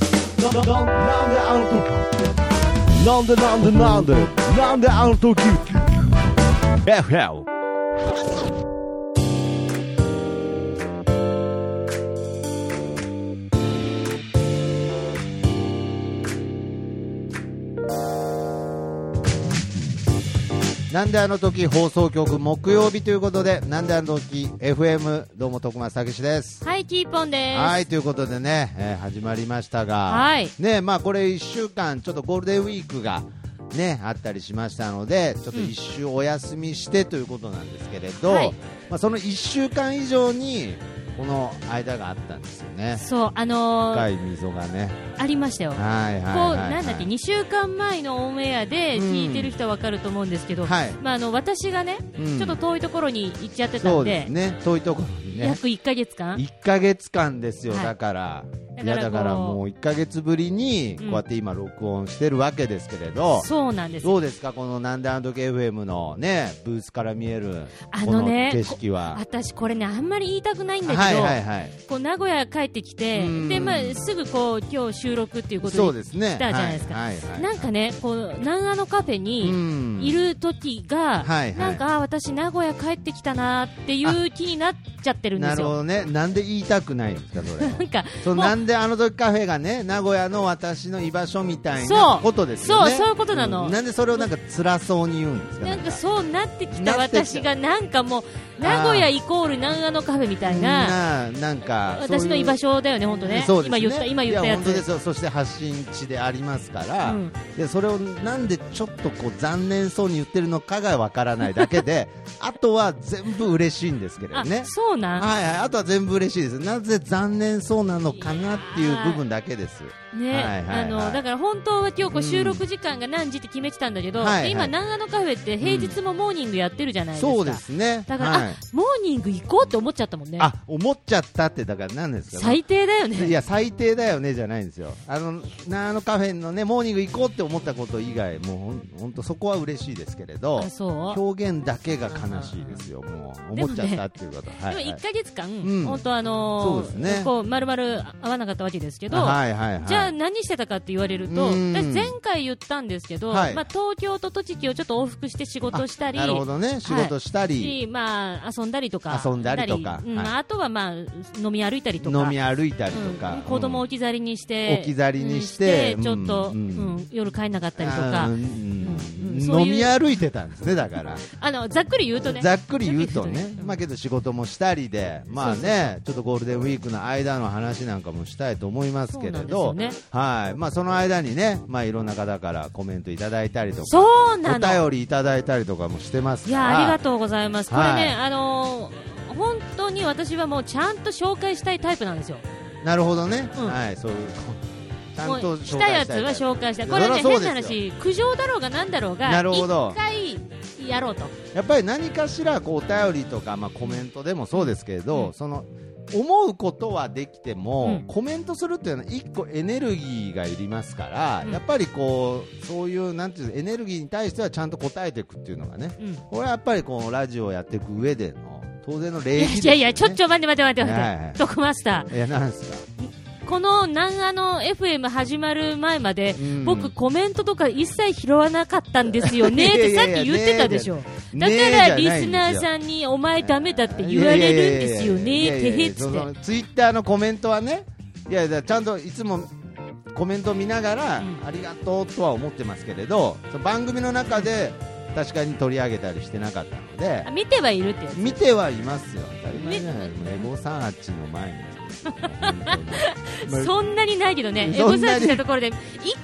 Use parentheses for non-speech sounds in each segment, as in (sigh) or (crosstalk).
なんであの時なんでなんでなんでなんであの時 FM なんであの時放送局木曜日ということで、なんであの時 FM どうも徳松たけしです。はい、キーポンです。はいということでね、えー始まりましたが、はいねまあこれ一週間ちょっとゴールデンウィークがねあったりしましたので、ちょっと一週お休みしてということなんですけれど、はいまあその一週間以上にこの間があったんですよね。そう、あのー深い溝がね、ありましたよ。こはいはいはい、う、はい、なんだっけ、2週間前のオンエアで聞いてる人はわかると思うんですけど、はいまあ、あの、私がね、うんちょっと遠いところに行っちゃってたそんうで、ですね、遠いところにね。約1ヶ月間。 1ヶ月間ですよ、はいだからだからいやだからこうもう1ヶ月ぶりにこうんうやって今録音してるわけですけれど、そうなんです。どうですかこの「なんであの時 FM」のねブースから見えるあこののね景色は。私これね、あんまり言いたくないんだけど、はいはいはいこう名古屋帰ってきてうん、で、まあ、すぐこう、今日収録っていうことそうで、ですね来たじゃないですかはいはいはいなんかね、こう、南アのカフェに、うんいる時はいが、はいなんかあ私、名古屋帰ってきたなっていう気になっちゃってるんでなするほよ。どねなんで言いたくないんですか (laughs) それなんかそのもうなんであの時カフェがね名古屋の私の居場所みたいそなうことですよねそうそういうことなのんなんでそれをなんか辛そうに言うんですかななんかんかそうなってきなったてきた私がなんかもう名古屋イコール南アのカフェみたいなななんかそういう私の居場所だよね、本当ねそうです今言った今言ったいやや本当ですつ。よそして発信地でありますから、うんでそれをなんでちょっとこう残念そうに言ってるのかがわからないだけ (laughs) であとは全部嬉しいんですけれどあねそうなはいはい、あとは全部嬉しいですなぜ残念そうなのかなっていう部分だけですんね、はいはいはいあのだから本当は今日こう収録時間が何時って決めてたんだけど、うんはいはいで今、南アのカフェって平日もモーニングやってるじゃないですか、そうですねだから、はいあモーニング行こうって思っちゃったもんね、あ思っちゃったってだから何ですか最低だよね。いや最低だよねじゃないんですよ、あのなあのカフェのねモーニング行こうって思ったこと以外、もう本当、そこは嬉しいですけれど、あそう表現だけが悲しいですよ、もうで思もねっちゃったっていうこと、はでいもはい1か月間、うん本当、あそのーうですねこう丸々会わなかったわけですけど、はいはいはい、じゃあ何してたかって言われると、うん私前回言ったんですけど、はいまあ、東京と栃木をちょっと往復して仕事したりなるほどね仕事したり、しまあ、遊んだりとか遊んだりとかしたりうんはいあとは、まあ、飲み歩いたりとか。飲み歩いたりとか、うん子供をを置き去りにして、置き去りにしてうんちょっと、ううんん夜帰んなかったりとか、うんうんそう飲いうみ歩いてたんですね、だから。あのざっくり言うとね、ざっくり言うとざっねくり言う、とまあけど仕事もしたりで、まあね、ちょっとゴールデンウィークの間の話なんかもしたいと思いますけれそど、うなんですはい、まあその間にね、まあいろんな方からコメントいただいたりとか、そうなの、お便りいただいたりとかもしてますいから、やありがとうございます、これね、はいあのー本当に私はもうちゃんと紹介したいタイプなんですよ、なるほどね、うんはい、そういう、ちゃもんとう紹介来たやつは紹紹介したい、いこれね、そりゃそ変うなですよ話、苦情だろうがなんだろうが、なるほど一回やろうと、やっぱり何かしらこうお便りとか、まあ、コメントでもそうですけれど、うんその思うことはできても、うんコメントするっていうのは一個エネルギーがいりますから、うんやっぱりこうそういうなんていうのエネルギーに対してはちゃんと答えていくっていうのがねうん、いこれはやっぱりこうラジオをやっていく上での当然の礼儀やですよ、ね、いやいや、ちょっと待って待って待ってはいは待っいて、トクマスタいやなんですかー、この南アの FM 始まる前まで、うん僕、コメントとか一切拾わなかったんですよねっ (laughs) いてやさいやっいきや言ってたでしょ、だねえかじゃならいんリですよスナーさんに、お前、ダメだって言われるんですよね、てへそつっての。ツイッターのコメントはねいやいやちゃんといつもコメントを見ながら、うんありがとうとは思ってますけれどその番組の中で確かに取り上げたりしてなかったのであ見てはいるってやつ見てはいますよ当たり前じゃないですかエゴサーチの前に本当にまあ (laughs) そんなにないけどね、エそゴんなにサーチしたところで、1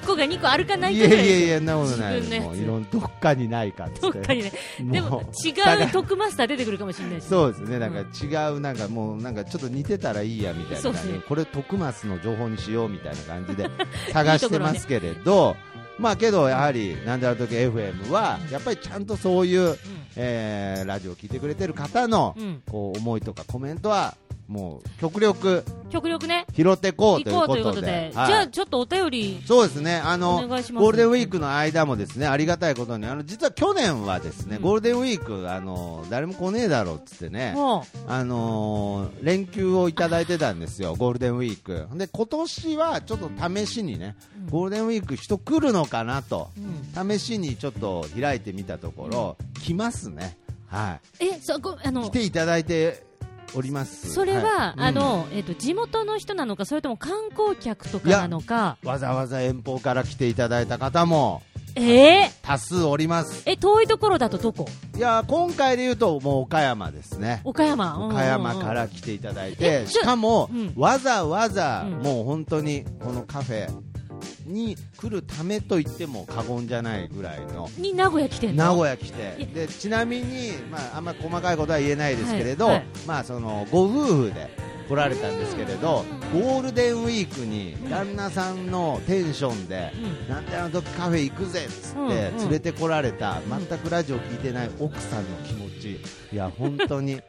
個が2個あるかないいかやぐいらいやいでや、なことないです。自分のやつもういろんなどっかにないかっつすよ、どっかにね、でも違うトックマスター出てくるかもしれないし、そうですね、だから違う、なんかもう、なんかちょっと似てたらいいやみたいなそう感じですで、ねこれ、徳松の情報にしようみたいな感 (laughs) じで探してますけれど、まあけど、やはり、なんである時 FM は、やっぱりちゃんとそういう、えーラジオを聞いてくれてる方のうんこう思いとかコメントは、もう極力極力ね拾ってこう行というこうこととでいうことで、はいじゃあちょっとお便りそうですねあおの願いしますゴールデンウィークの間もですねありがたいことにあの実は去年はですね、うんゴールデンウィークあの誰も来ねえだろうっつってね、もあのー連休をいただいてたんですよ、ゴールデンウィーク。で、今年はちょっと試しにね、うんゴールデンウィーク人来るのかなと、う、うん、試しにちょっと開いてみたところ、来ますね。はえそこあい。来のていただいております。それは、いあ、の、えっ、と、地元の人なのか、それとも観光客とかなのか。うんわざわざ遠方から来ていただいた方もえー、多数おります。え、遠いところだと、どこ。いや、今回で言うともう岡山ですね。岡山。うんうんうん岡山か。ら来ていただいて、えちょしかも、うんわざわざうんもう本当にこのカフェに来るためと言っても過言じゃないぐらいのに名古屋来てんの。名屋。古屋来て、でちなみに、まあ、あんま細かいことは言えないですけれど、はいはいまあ、そのご夫婦で来られたんですけれど、ゴールデンウィークに旦那さんのテンションで。うん。なんであの時カフェ行くぜっつってうんうん連れてこられた、全くラジオ聞いてない奥さんの気持ち、いや、本当 (laughs) に、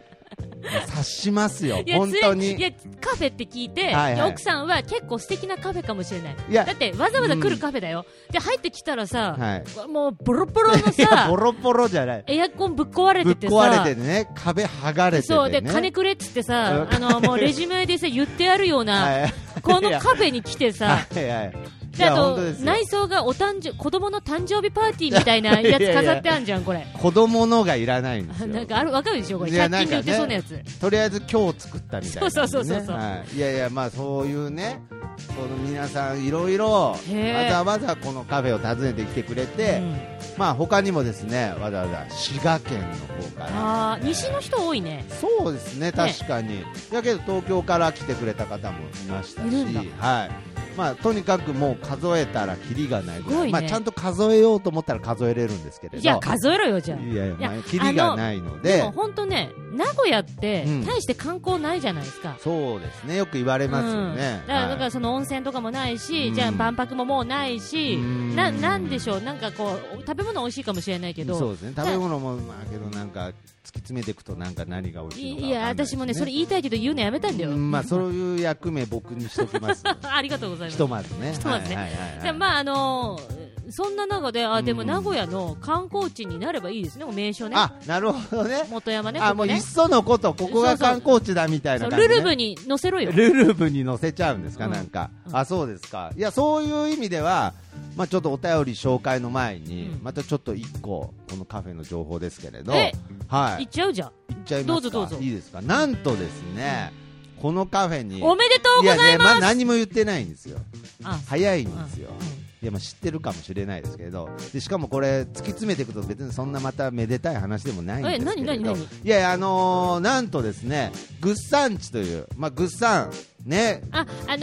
察しますよ、いや本当ついいに。やカフェって聞いて、はいはいいや奥さんは結構素敵なカフェかもしれないいやだってわざわざ来るカフェだよ、で入ってきたらさ、はい、もうボロボロのいや、さボロボロじゃない、エアコンぶっ壊れぶっててさ壊れてね、壁剥がれてて、ね、そうで金くれっつってさ、うんあのもうレジュメでさ言ってあるような、 (laughs) はいこのいやカフェに来てさ、はいはい、いであやと本当ですよ内装がお誕生子供の誕生日パーティーみたいなやつ飾ってあんじゃん、これ。子供のがいらないんですよ。なんかあるわかるでしょ、これ、いや100均で売ってそうなやつ、とりあえず今日作ったみたいな、ね、そうそうそうそうそうはい、いやいやまあそういうねこの皆さんいろいろわへーざわざこのカフェを訪ねてきてくれて、うんまあ他にもですねわざわざ滋賀県の方からあー西の人多いね、そうですね確かに、だけど東京から来てくれた方もいましたしいるんだはいまあ、とにかくもう数えたらキリがないぐすらごいいねまあ、ちゃんと数えようと思ったら数えれるんですけれどいや、数えろよ、じゃあ。いやいやいやまあキリがないのででも本当ね、名古屋ってうん大して観光ないじゃないですか、そうですねよく言われますよね、うんだからだかはらいその温泉とかもないし、うんじゃあ万博ももうないし、うんななんでしょう、なんかこう、食べ物美味しいかもしれないけど、そうですね食べ物もまあけどなんか突き詰めていくとなんか何が美味しいのかいいや、わかんな私もね、それい言いたいけど、言うのやめたんだでよ、すうんまあそういう役目僕にしときます (laughs) ありがとうございまひす。とまずねひとまずねはいはいはいはいでまああのーそんな中で、あでもうん名古屋の観光地になればいいですね、名所ね、あなるほどね元山ね、あもここういねっそのことここが観光地だみたいそなう感じ、ルね、ルブに載せろよ、ルルブに載せちゃうんですか、うんなんか、うんあそうですかいやそういう意味では、まあ、ちょっとお便り紹介の前に、うんまたちょっと1個このカフェの情報ですけれどえはい行っちゃうじゃん、行っちゃいますかどうぞどうぞいいですかなんとですね、このカフェにおめでとうございます。やまあ、何も言ってないんですよあ早いうんですよ、いやまあ知ってるかもしれないですけどでしかもこれ突き詰めていくと別にそんなまためでたい話でもないんですけれどえ何何何いやいやあのーなんとですねグッサンチというまあグッサンねうんあ、あ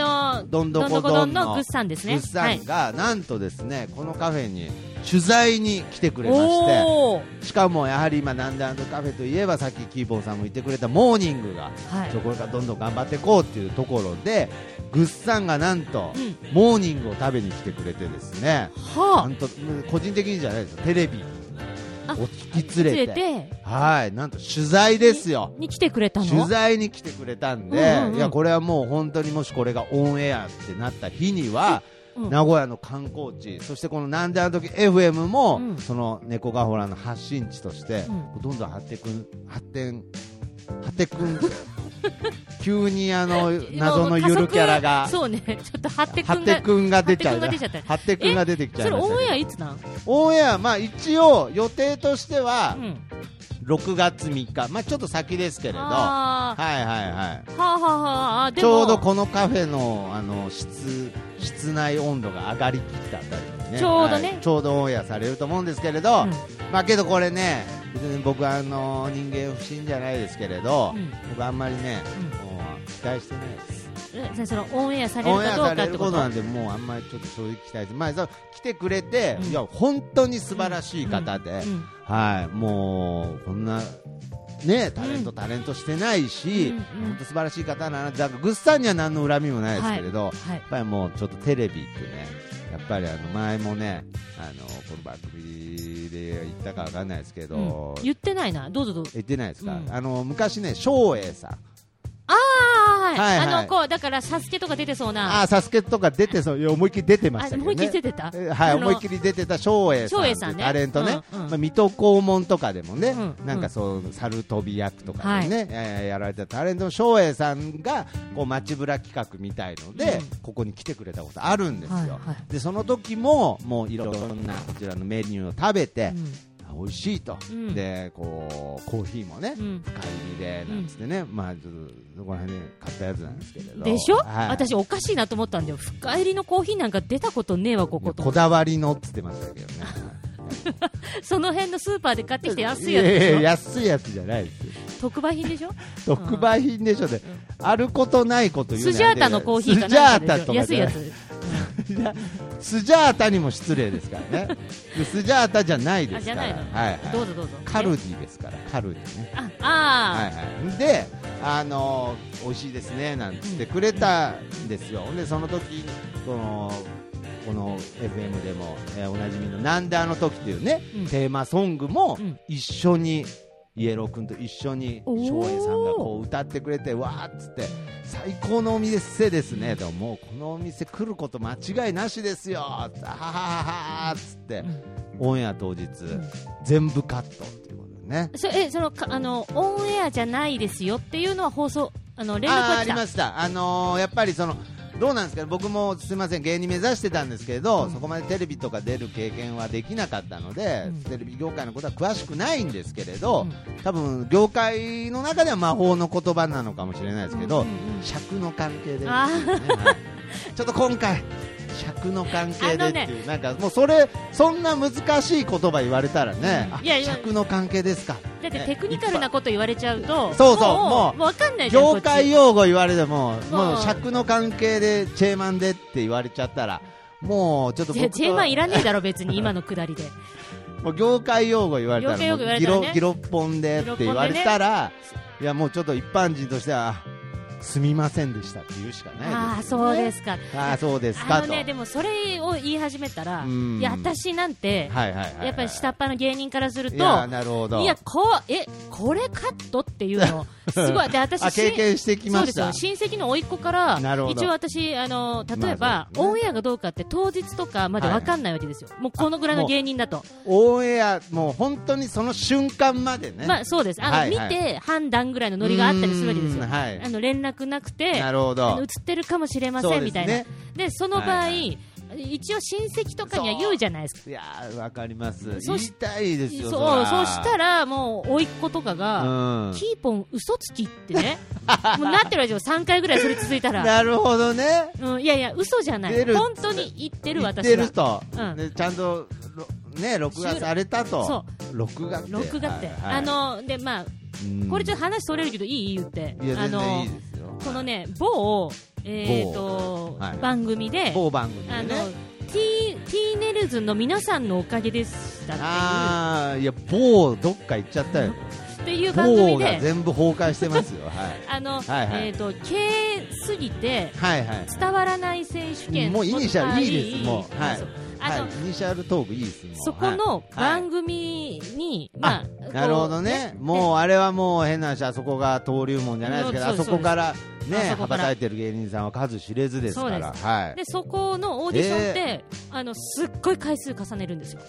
のー、どんどどんこどこどどんんのグのグッッササンですね。ンがなんとですねこのカフェに取材に来てくれましておおー、しかもやはり今、なんであのカフェといえばさっきキーボーさんも言ってくれたモーニングが、はいそこれからどんどん頑張っていこうっていうところでグッサンがなんと、うんモーニングを食べに来てくれてですねなはんと個人的にじゃないですよテレビにあお引あ、き連れ連てれてはいなんと取材ですよ。に来てくれたの。取材に来てくれたんで、うんうんうんいやこれはもう本当にもしこれがオンエアってなった日には、うん名古屋の観光地そしてこの「なんであの時 FM も」うんその猫がほらの発信地として、うどんどん発展くん発展発展 (laughs) くん急にあの謎のゆるキャラがそうね、ちょっと張ってく発んが展。くんが出ちゃう発展くんが出ちゃった発展くんが出てきちゃそいれましたオンエアけどいつなん？オンエアまあ一応予定としてはうん。 6月3日まあちょっと先ですけれどはあいはいはいあ、はあはあはああ、でちもょうどこのカフェのあの室室内温度が上がりきったあたりにねちょうどねはいちょうどオンエアされると思うんですけれど、うんまあけどこれね別に僕はあの人間不信じゃないですけれど、うん僕あんまりね、うんもう期待してないですえそのオンエアされオるンエアかどさうかれっるてこことと。なんでもうあんまりちょっと正直期待して、まあ、そう来てくれて、うんいや本当に素晴らしい方で、うんはいもうこんなねタレント、うんタレントしてないし、うんうん本当素晴らしい方だなだからグッさんには何の恨みもないですけれど、はいやっ。ぱりもうちょっとテレビってね、やっぱりあの前もね、あのこの番組で言ったかわかんないですけうんど、言ってないな。どうぞどうぞ。言ってないですか、うんあの昔ね、照英さん、あはい、はいはいあのこうだからサスケとか出てそうなあーサスケとか出てそういや思いっきり出てましたけどね思いっきり出てたえはい、あの思いっきり出てた照英さん照英さんねタレントね、うんうんまあ、水戸黄門とかでもね、うんなんうかんそう猿飛び役とかでね、えーやられてたタレントの照英さんがこう街ぶら企画みたいので、うんここに来てくれたことあるんですよ、はいはいでその時ももういろんなこちらのメニューを食べて、あ美味しいと、うんでこうコーヒーもね、うんうん深入りでなんつってね、まあちょっとそこら辺で買ったやつなんですけれどでしょ、はい私おかしいなと思ったんだよ深入りのコーヒーなんか出たことねえわここことだわりのっつってましたけどねその辺のスーパーで買ってきて安いやつやでしやょ安いやつじゃないですよ特売品でしょ特売品でしょで、あることない (laughs) こと言うスジャータのコーヒーかなんかでしスょ安いジャータやとかじゃなつスジャータにも失礼ですからねでスジャータじゃないであすじかゃらないの、はいはいどうぞどうぞカルねディですからカルディねあはあいはい、で、あのー美味しいですねなんつってくれたんですよ、でその時このこの FM でも、えーおなじみの「なんであの時」っていうね、うんテーマソングもうん一緒に、イエロー君と一緒におー翔平さんがこう歌ってくれてわーっつって最高のお店ですねともうこのお店来ること間違いなしですよあははははっつって、オンエア当日、全部カットっていうことでね。そえそのかあのオンエアじゃないですよっていうのは放送あの連絡あーはあ来りたました、あのーやっぱりそのどうなんですかね、僕もすみません、芸人目指してたんですけれど、そこまでテレビとか出る経験はできなかったので、うんテレビ業界のことは詳しくないんですけれど、うん多分業界の中では魔法の言葉なのかもしれないですけど、うんうんうん尺の関係で、ねあはいちょっと今回、尺の関係でってあのいう、なんかもうそれ、そんな難しい言葉言われたらね、あいやいや尺の関係ですか。だってテクニカルなこと言われちゃうとそうそうもうもう分かんないじゃんこっ業ち界用語言われても、もううん尺の関係でチェーマンでって言われちゃったら、もうちょっとじゃ僕チェーンマンいとらねえだろ (laughs) 別に今のくだりでもう業界用語言われた業界用語言ら、われたらねもうギロギロッポンでって言われたら、いやもうちょっと一般人としては、あすみませんでしたって言うしかあないあですよそうね。ですかああ、そうですあかのと。ねでもそれを言い始めたらうんいや私なんて、はいはいはいはい。やっぱり下っ端の芸人からするといや、なるほど。いやこうえこれカットってい (laughs) うのすごいで私あ、経験してしきんそまうでしすたよ。親戚の甥っ子からなるほど一応私あの例えまあそうでば、すねオンエアがどうかって当日とかまで分かんないわけですよ、もうこのぐらいの芸人だとオンエア、もう本当にその瞬間までね。まあそうですあの、はいはい見て判断ぐらいのノリがあったりするわけですよ、うんはいあの連絡なくてなるほあのど映。ってるかもしれまそうせですんねみたいなで,、その場合、はい一応親戚とかには言うじゃないですかいやー、わかります。言そいしたいですそよ。うらそうしたらもう甥っ子とかが、うんキーポン嘘つきって (laughs) ねもうなってるわけよ3回ぐらいそれ続いたら、なるほどね。うん、いやいや嘘じゃな出いる本当に言ってる言っ私てはると、うんでちゃんとろね録画されたと。録画って。録画って、はいあ、のでまあうんこれちょっと話それるけどいい言っていやあ全然のいいですよ。このね某えー、と、はい番組で、某番組であのね。ティーティーネルズの皆さんのおかげでしたっていうああいや某どっか行っちゃったよ。っていう番某組がで、全部崩壊してますよ。はい。あはの、いはいえっ、と、経営すぎてはいはい。伝わらない選手権もうイニシャルあいいですもうはいそうあはの、い。イニシャルトークいいですもんそこの番組に、はいまあ、なるほどね、もうあれはもう変な話、あそこが登竜門じゃないですけど、そあうでそすこからねあ、そ羽こばからたいてる芸人さんは数知れずですかそら、うではいで、そこのオーディションって、あの、すっごい回数重ねるんですよ。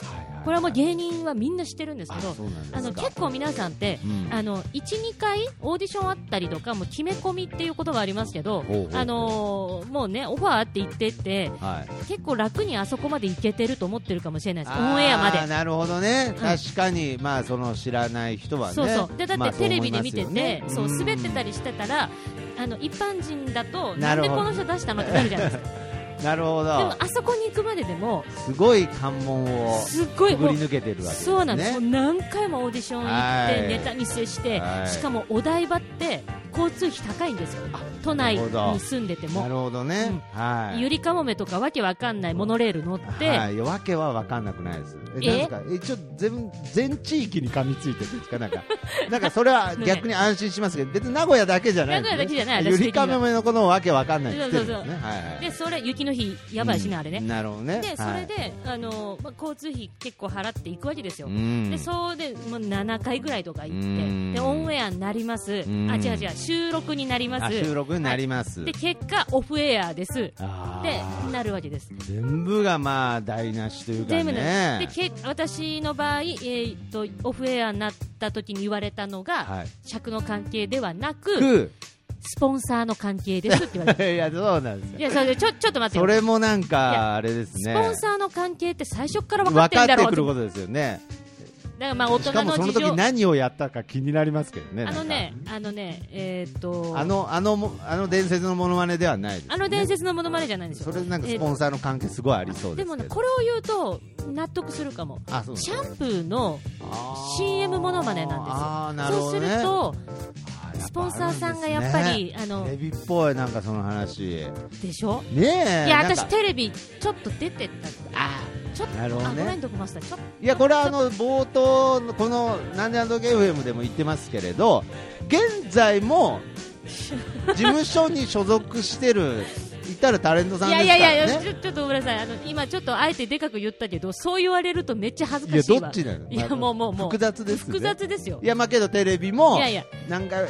これはもう芸人はみんな知ってるんですけあどそうなんです、かあの、結構皆さんって、うんあの、1、2回オーディションあったりとか、もう決め込みっていうことがありますけほどうほうほう、あのー、もうね、オファーあって言ってて、はい、結構楽にあそこまで行けてると思ってるかもしれないです。あーオンエアまで。なるほどね、ん確かに、まあ、その知らない人はね、そうそうでだまっあてテレビで見てて、そ思ういますよ滑ねってたりしてたら、あの一般人だと、ななるんほどでこの人出したのってなるじゃない (laughs) ですか、うんなるほでもど、あそこに行くまででも、すごい関門をすっごいくぐもりう、抜けてるわけですね、そうなんです、もう何回もオーディション行っはいて、ネタ見せして、はいしかもお台場って、交通費高いんですよ、都内なるほどに住んでてなるも、ほどね、はい、ゆりかもめとかわけわかんないモノレール乗って、はい、いやわけは分かんなくないです。え、えなんか、え、ちょっと全、全地域に噛みついてるんですか、なんか。なんか、それは逆に安心しますけ (laughs) ど、別に名古屋だけじゃない、名古屋だけじゃないゆ私的にはりかめのこのわけ分かんないって言ってるんですね。はそういはい。でそれ、雪の日、やばいしね、あれうねん。なるほどね。でそはれいで、あのまあ、交通費結構払っていくわけですよ、うんでそうでもう7回ぐらいとか行うんってでオンエアになります、んあ違う違う収録になりまあす収録になります、で結果オフエアですであーなるわけです全部がまあ台無しというか全部なんねですでけ私の場合、えー、とオフエアになった時に言われたのが、はい尺の関係ではなくくスポンサーの関係ですって言われ (laughs) ていやそうなんですよいやそれちょちょっと待ってそよれもなんいかやあれですスねポンサーの関係って最初から分かって分るかんだってろうくることとですよねだからまあ大し人かものその事時情何をやったか気になりますけどねあなんのかねあのねえー、っとあのあのもあの伝説のモノマネではないです、ね、あの伝説のものまねじゃないんですよそれなんかえースポンサーの関係すごいありそうででけどすもねこれを言うと納得するかもあそうシャンプーの CM モノマネなんですよあーなるそほうどすねるとあやっスぱポあるンですねサーさんがやっぱりあのテレビっぽいなんかその話でしょねえいやなんか私テレビちょっと出てたあちょっとなるほどねあごめんどこマスターちょっいやこれはあの冒頭のこの「なんでなんとゲーム FM」でも言ってますけれど現在 (laughs) も事務所に所属してる言ったらタレントさとんでいすかやらいねやいやちょちょっとごめんなさいあの今ちょっとあえてでかく言ったけどそう言われるとめっちゃ恥ずかしいどわっちなのいやまあもうもうもう複雑ですね複雑ですよいやまあけどテレビもいやいや何回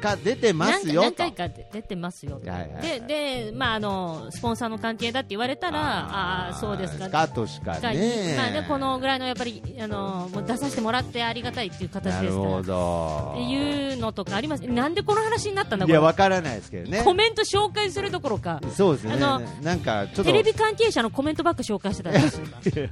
か出てますよ何と回何回か出てますよ、はいはいはいでで、まあ、あのスポンサーの関係だって言われたらああーそうですかかとしかがいいねまあ、でこのぐらいのやっぱりあのもう出させてもらってありがたいっていう形なでるすからほっどていうのとかありますなんでこの話になったんだいこれやわからないですけどねコメント紹介するどころかそうですねあのなんかちょっとテレビ関係者のコメントばっか紹介してたんですよ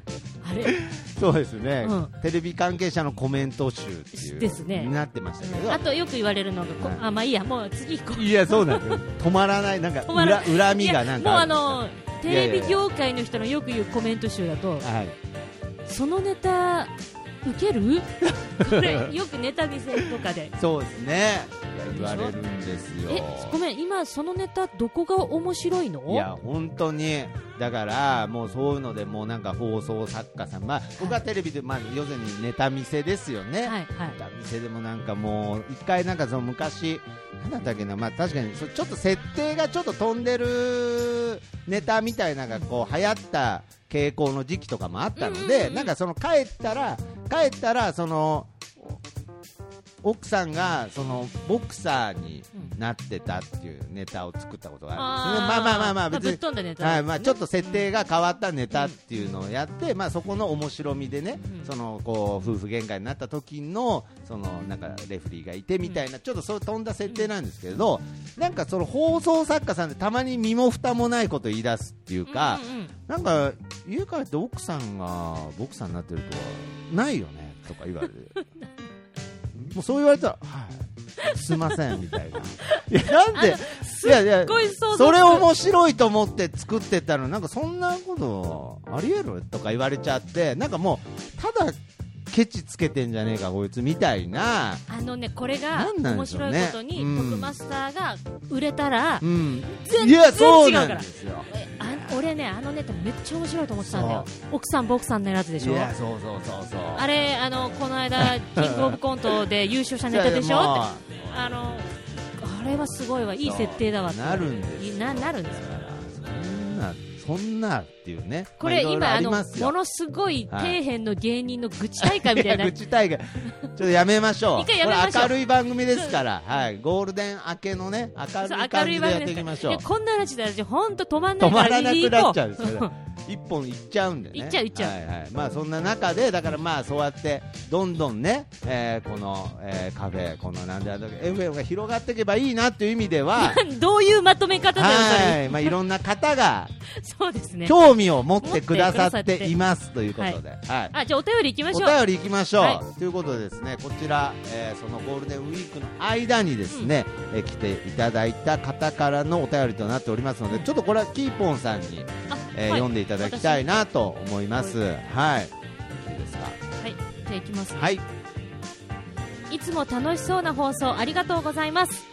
あれ (laughs) そうですね、うんテレビ関係者のコメント集っていうですねになってましたけどあとよく言われるのがこはいあまあいいやもう次行こういやそうなんですよ止まらないなんか止まら恨恨みがなんいやかもうあのいやいやいテやレビ業界の人のよく言うコメント集だとはい、そのネタ受けるこ (laughs) れよくネタ見せとかでそうですねいや言われるんですよえごめん今そのネタどこが面白いのいや本当にだからもうそういうのでもうなんか放送作家さんまあ僕はテレビでまあ要するにネタ見せですよね、はいはいネタ見せでもなんかもう一回なんかその昔なんだったっけなまあ確かにそうちょっと設定がちょっと飛んでるネタみたいなのがこう流行った傾向の時期とかもあったので、うんうんうんなんかその帰ったら帰ったらその奥さんがそのボクサーになってたっていうネタを作ったことがあるんですね、まあまあまあまあ別ぶっに飛んだネタはいまあ、ちょっと設定が変わったネタっていうのをやって、まあ、そこの面白みでね、うんそのこう夫婦喧嘩になった時のそのなんかレフリーがいてみたいな、ちょっとそういう飛んだ設定なんですけれど、なんかその放送作家さんでたまに身も蓋もないこと言い出すっていうか、うんうんうんなんか家帰って奥さんがボクサーになってるとはないよねとか言 (laughs) われてもうそう言われたら、はい、すいませんみたいな。いやなんでいやいやすっごい想像それ面白いと思って作ってたのなんかそんなことありえるとか言われちゃってなんかもうただケチつけてんじゃねえかこいつみたいな、あのねこれがなんなん面でしょ白ういねことに、うん徳マスターが売れたらうん、全いや然そう違うなかんらですよえあ俺ねあのネタめっちゃ面白いと思ってたんだよ奥さんボクさんのやつでしょいやそうそうそうそうあれあのこの間 (laughs) キングオブコントで優勝したネタでしいやいょやっもてあのあれはすごいわいい設定だわっうてなるんですよななるんですよだからそんなそんなっていうねこまあいろれいろ今ありのますよものすごい底辺の芸人の愚痴大会みいたやいな愚痴大会ちょっとやめましょう一回やめましょうこれ明るい番組ですから、はい、ゴールデン明けのね明そうるい明感るいじでやっ番組てでいきすかまらしょいうやこんな話だ私本当止まんない止かまららなくなっちゃうんです行こよね一本いっちゃうんだよねいっちゃういっちゃうはいはいまあそんな中でだからまあそうやってどんどんね、えーこの、えーカフェこのなんであの FM が広がっていけばいいなっていう意味で (laughs) はどういうまとめ方だよはい、まあ、いろんな方がそれそうですね興味を持ってくださっていますということで、はい、あじゃあお便り行きまおしょ便うり行きましょう、はということでですねこちら、えーそのゴールデンウィークの間にですね、えー来ていただいた方からのお便りとなっておりますのでちょっとこれはキーポンさんに、あえーはい読んでいただきたいなと思いますはいいいですかはいじゃあ行きますはいいつも楽しそうな放送ありがとうございます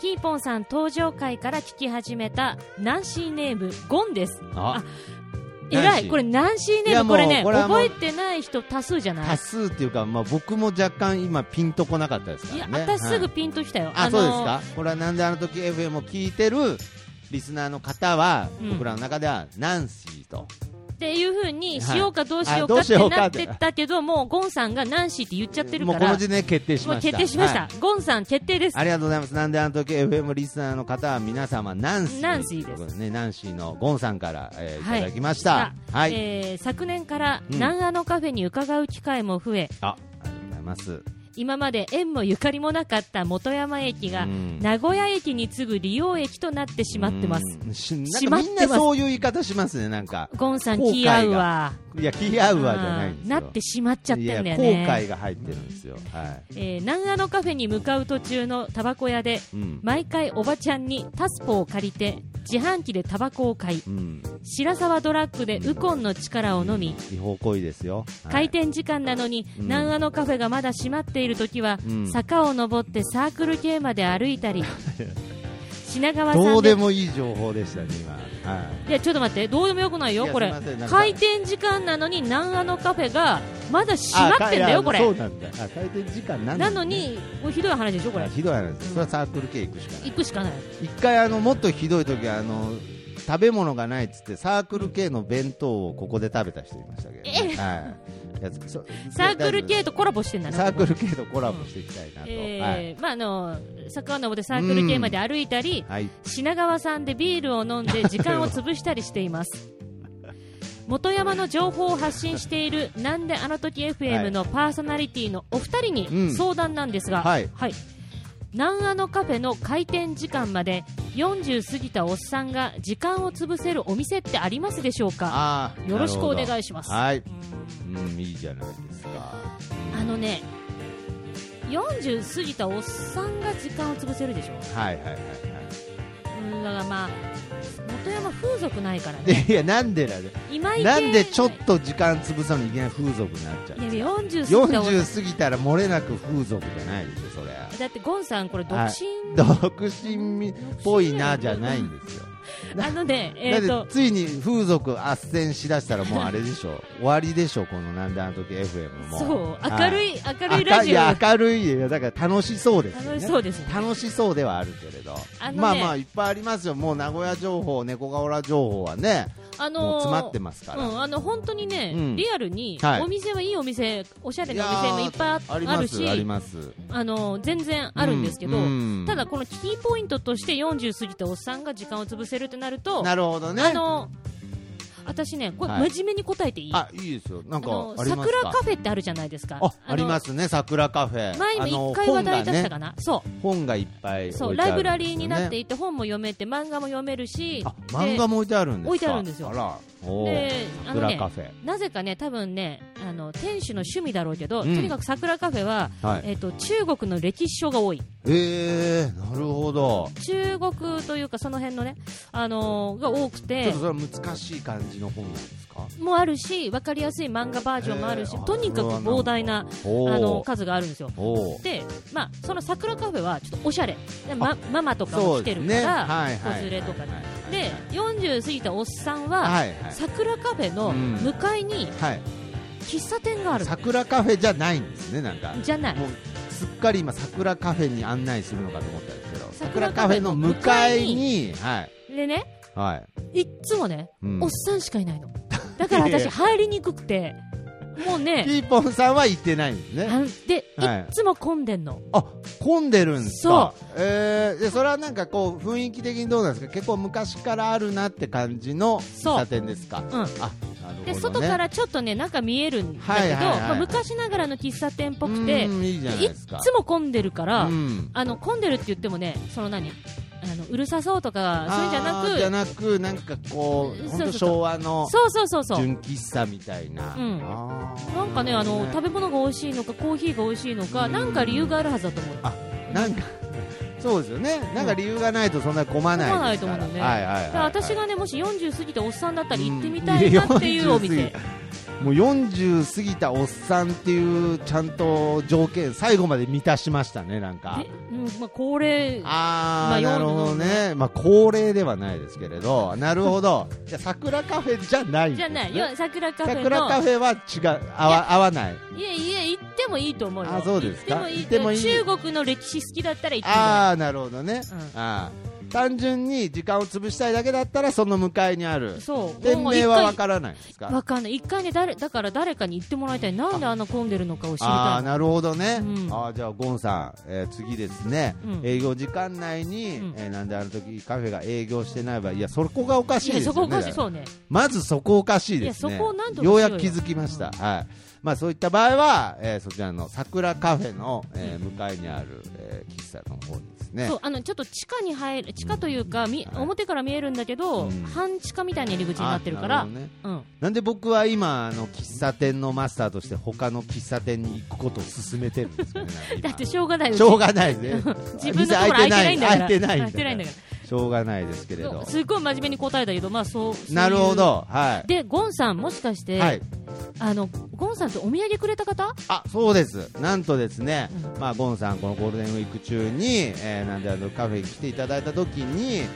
キーポンさん登場回から聞き始めたナンシーネームゴンですあえナらンシいーこれナンシーいネーやムもこうれねこれはもう覚えてない人多数じゃな多い数っていうか、まあ、僕も若干今ピンとこなかったですかいらやね私すはぐいピンときたよあのそうですかこれはなんであの時 FM を聞いてるリスナーの方は、うん僕らの中ではナンシーとっていうふうはいにしようかどうしようあどかうっしよてうなかっっててたけど、もうゴンさんがナンシーって言っちゃってるもかうこら、の時点で決定しもうました決定しました、はいゴンさん決定です。ありがとうございますなんであの時 FM リスナーの方は皆様ナンシーナンシーですということねナンシーのゴンさんから、えーはいい、ただきましたはい、えー昨年からうん南アのカフェに伺う機会も増え、あありがとうございます今まで縁もゆかりもなかった本山駅が、うん名古屋駅に次ぐ利用駅となってしまってます。うんしなんかしまってみんますなそういう言い方しますねなんかゴンさん、後悔が気合うわ。いや気合うわじゃないんですよなってしまっちゃってんだよいや後ね。悔が入ってるんですよはえー南アのカフェに向かう途中のタバコ屋で、いうん、毎回おばちゃんにタスポを借りて、自販機でタバコを買い、うん、白沢ドラッグでウコンの力を飲み、違法行為ですよ、はい開店時間なのに、うん南アのカフェがまだ閉まっている時は、うん坂を登ってサークル系まで歩い (laughs) たり品川さんどうでもいい情報でしたね今はいやちょっと待ってどうでもよくないいよいやこれすいませんなんか開店時間なのに南アのカフェがまだ閉あまってんだよかこれそうなんだあ開店時間なんだなのにこれひどい話でしょこれあひどい話ですそれはサークル系行くしかない行くしかない一回あのもっとひどい時はあの食べ物がないっつってサークル系の弁当をここで食べた人いましたけどね、はいやつそサークル系とコラボしてんだなサークル系とコラボしていきたいなと、はい、えーまああの坂を登ってサークル系まで歩いたり、はい、品川さんでビールを飲んで時間を潰したりしています (laughs) 元山の情報を発信している「なんであの時 FM」のパーソナリティのお二人うにん相談なんですが、はい南アのカフェの開店時間まで40過ぎたおっさんが時間を潰せるお店ってありますでしょうかあーよろしくお願なるいしまほすどはいうんうんいいじゃないですかあのね40過ぎたおっさんが時間を潰せるでしょはいはいはいはうんだからまあ元山風俗ないからねいいやなんでなんで今池なんでちょっと時間潰さのいきなり風俗になっちゃういや40過ぎた女40過ぎたら漏れなく風俗じゃないでしょそれだってゴンさんこれ独身、独身っぽいなじゃないんですよあのねえ (laughs) っ、だっとてついに風俗斡旋しだしたらもうあれでし (laughs) ょ終わりでしょこのなんであの時 FM もそうは明るい、明るい明ラるいジオや明るいよだから楽しそうですよ楽ねしそうですね楽しそうではあるけれど、あのねまあまあいっぱいありますよもう名古屋情報猫がおら情報はね、あのーもう詰まってますから、うん、あの本当にね、うんリアルに、はいお店はいいお店おしゃれいなやお店もいっぱいーありあまるすしありますあのー全然あるんですけど、うんうんただこのキーポイントとして40過ぎたおっさんが時間を潰せるってなるとなるほどねあのー私ねこれはい真面目に答えていい、あいいですよなんあのかーあります桜かカフェってあるじゃないですかあありますすね桜カフェ前あもの一回話題出したかな、そう本がね本がいっぱい置いてそうあライるんですよねブラリーになっていて本も読めて漫画も読めるしあ漫画も置いてあるんですか置いてあるんですよあらおでーあのね桜カフェなぜかね多分ねあの店主の趣味だろうけど、うんとにかく桜カフェは、はいえっと中国の歴史書が多いえー、なるほど中国というかその辺のね、あのーが多くちょってとそれは難しい感じの本なんですかもあるし分かりやすい漫画バージョンもあるし、へーあとにかく膨大なあおーの数があるんですよおーで、まあ、その桜カフェはちょっとおしゃれで、ま、ママとかもそう来てでするかねら、はいはい子連れとかはいではいはいで40過ぎたおっさんは、はいはい桜カフェの向かいにはい喫茶店がある桜カフェじゃないんですねなんかじゃないもうすっかり今桜カフェに案内するのかと思ったんですけど桜桜カカフフェェのの向向かかいいににはいでねはいっつもね、うんおっさんしかいないのだから私入りにくくてもういピねーポンさんは行ってないんですねあんで、、はいいっつも混んでんのあ混んでるんですかえー、でそれはなんかこう雰囲気的にどうなんですか結構昔からあるなって感じのそう喫茶店ですかうんあなるほど、ね、で外からちょっとね中見えるんだけど、はいはいはいまあ、昔ながらの喫茶店っぽくてうーんいいじゃないいっですかつも混んでるから、うんあの混んでるって言ってもねその何あのうるさそうとかそういうんじゃなあーくじゃなくなんかこうそうそう本当昭和のそうそうそうそう純喫茶みたいな、うんあーなんかねあの食べ物が美味しいのかコーヒーが美味しいのかなんか理由があるはずだと思うあなんかそうですよねなんか理由がないとそんな混まないですから混まないと思うんだよねはいはいはい、だはかい、ら私がねもし40過ぎたおっさんだったら行ってみたいなっていうお店もう40過ぎたおっさんっていうちゃんと条件最後まで満たしましたねなんかえうんまあ、高齢あー、まあなるほどね、まあ、高齢ではないですけれどなるほどいや桜カフェじゃないんじでゃすねないよ桜カフェの桜カフェは違う合わ合わないいやいや行ってもいいと思うよあそうですか行ってもいい行ってもいい中国の歴史好きだったら行ってもいいああなるほどね、うんあ単純に時間を潰したいだけだったらその向かいにあるそう店もう名はわ一からないです回かわかんない一回ね誰だから誰かに言ってもらいたいなんであんな混んでるのかを知りあたあいなるほどね、うんああじゃあゴンさん、えー次ですね、うん営業時間内に、うんえーなんであの時カフェが営業してない場合いやそこがおかしいいでやすよそねこおかしだかいらそうねまずそこおかしいですねいやそこをなんとかしよよううよやく気づきました、はいまあ、そういった場合は、えーそちらの桜カフェの、えー向かいにある、えー喫茶の方にですねそうあのちょっと地下に入る地下というか、みはい表から見えるんだけど、うん半地下みたいな入り口になってるかあらなほどねうん、なんで僕は今あの喫茶店のマスターとして他の喫茶店に行くことを勧めてるんですよね (laughs) だってしょうがないよしょうがないですね (laughs) 自分のところ開いてないんだから開いてない開いてないんだかしょうがないですけれらどすっごい真面目に答えたけどまあそうそういうなるほどはでゴンさんもしかしい、て、はい、あのゴンさんってお土産くれた方あそうですなんとですね、うまあ、ゴンさんこのゴールデンウィーク中に、えーなんであのカフェに来ていただいた時に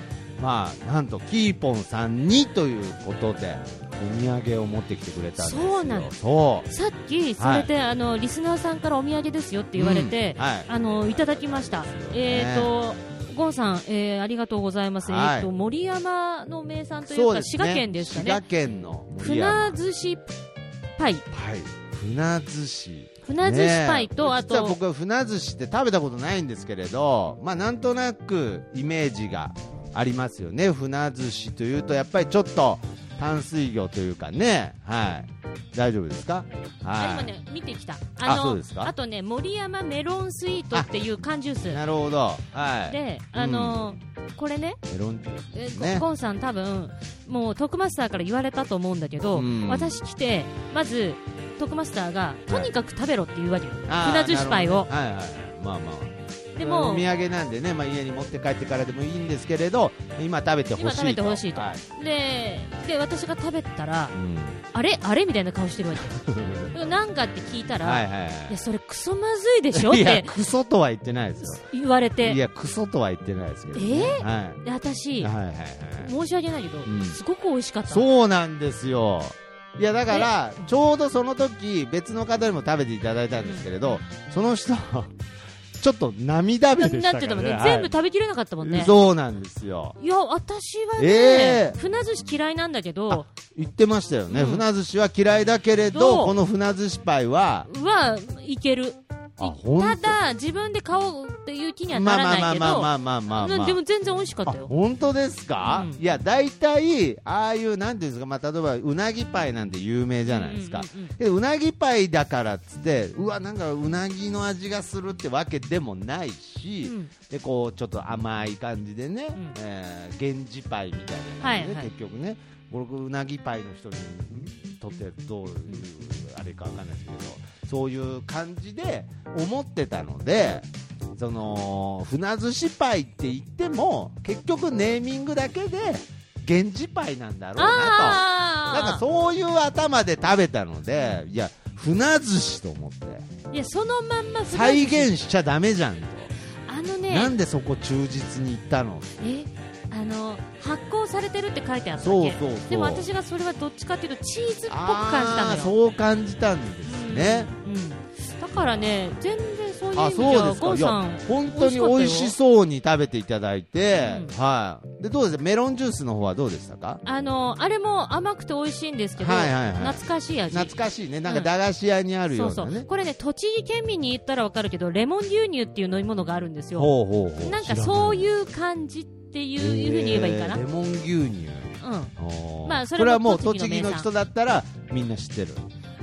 まあなんとキーポンさんにということでお土産を持ってきてくれたんですよそうなのそうさっきそれで、あのリスナーさんからお土産ですよって言われて、うんはいあのいただきました、えっ、とゴンさん、えーありがとうございます、はいえっと森山の名産といそううかです滋ね賀県ですか滋賀ね県の森山船寿司パはイい、船寿司船寿司パイと、ねえあ実はと僕は船寿司って食べたことないんですけれど、まあ、なんとなくイメージがありますよね船寿司というとやっぱりちょっと淡水魚というかねはい大丈夫ですかあは今い、ね見てきたあのそうですかあとね森山メロンスイートっていう缶ジュースなるほどはいであのーこれねメロンジュースえですーねゴンさん多分もう徳マスターから言われたと思うんだけど、うん私来てまず徳マスターがとにかく食べろって言うわけよ、あー船寿司パイなを、るほどねはいはいまあまあでもお土産なんでね、まあ、家に持って帰ってからでもいいんですけれど今食べてほしいと今食べてほしいとはいでで私が食べたらうんあれあれみたいな顔してるわ (laughs) けよなんかって聞いたら、はいいはいはいやそれクソまずいでしょっいやてクソとは言ってないですよ言われていや、クソとは言ってないですけど、ね。えはで私、い。はいはいはい。申し訳ないけど、んすごく美味しかったそうなんですよ。いや、だから、ちょうどその時、別の方にも食べていただいたんですけれど、その人、 (laughs) ちょっと涙目なでしなたかってらたもんね。ね、はい全部食べきれなかったもんねそうなんですよ。いや私はね、ええ船寿司嫌いなんだけど言ってましたよね。うん船寿司は嫌いだけれどど、うこの船寿司パイは、はいけるあいほんとただ自分で買おうっていう気にまはあなまらあまなあいけまあまどあまあまあまあ。なでも全然美味しかったよ本当ですか、うんいや大体ああいうなんていうんですか、まあ、例えばうなぎパイなんて有名じゃないですか、うんうんうんうんでうなぎパイだからっつってうわなんかうなぎの味がするってわけでもないし、うんでこうちょっと甘い感じでね、んえー源氏パイみたいな感じで、はいはい結局ね僕うなぎパイの人にとってどういうあれかわかんないですけどそういう感じで思ってたのでその船寿司パイって言っても結局ネーミングだけで源氏パイなんだろうなと。なんかあそういう頭で食べたので、いや、船寿司と思って、あいやそのまんま船寿司再現しちゃダメじゃんと、あのなねんでそこ忠実に行ったのえあの発酵されてるって書いてあったっそうけそうそうでも私がそれはどっちかっていうとチーズっぽく感じたあーのよそう感じたんですね、うん、だからね全然そういう意あ味でそうはですかゴンいさやん本当に美味しそうに食べていただいて、うんはいでどうですメロンジュースの方はどうでしたかあのあれも甘くて美味しいんですけど、はいはいはい懐かしい味懐かしいねなんか駄菓子屋にあるようなそうね、そうこれね栃木県民に言ったらわかるけどレモン牛乳っていう飲み物があるんですよほうほうほうなんかそういいう感じっていういうふうに言えばいいかな、レモン牛乳うんおーまあそれもこれはもう栃栃木木の名産の人だったらみんな知ってる、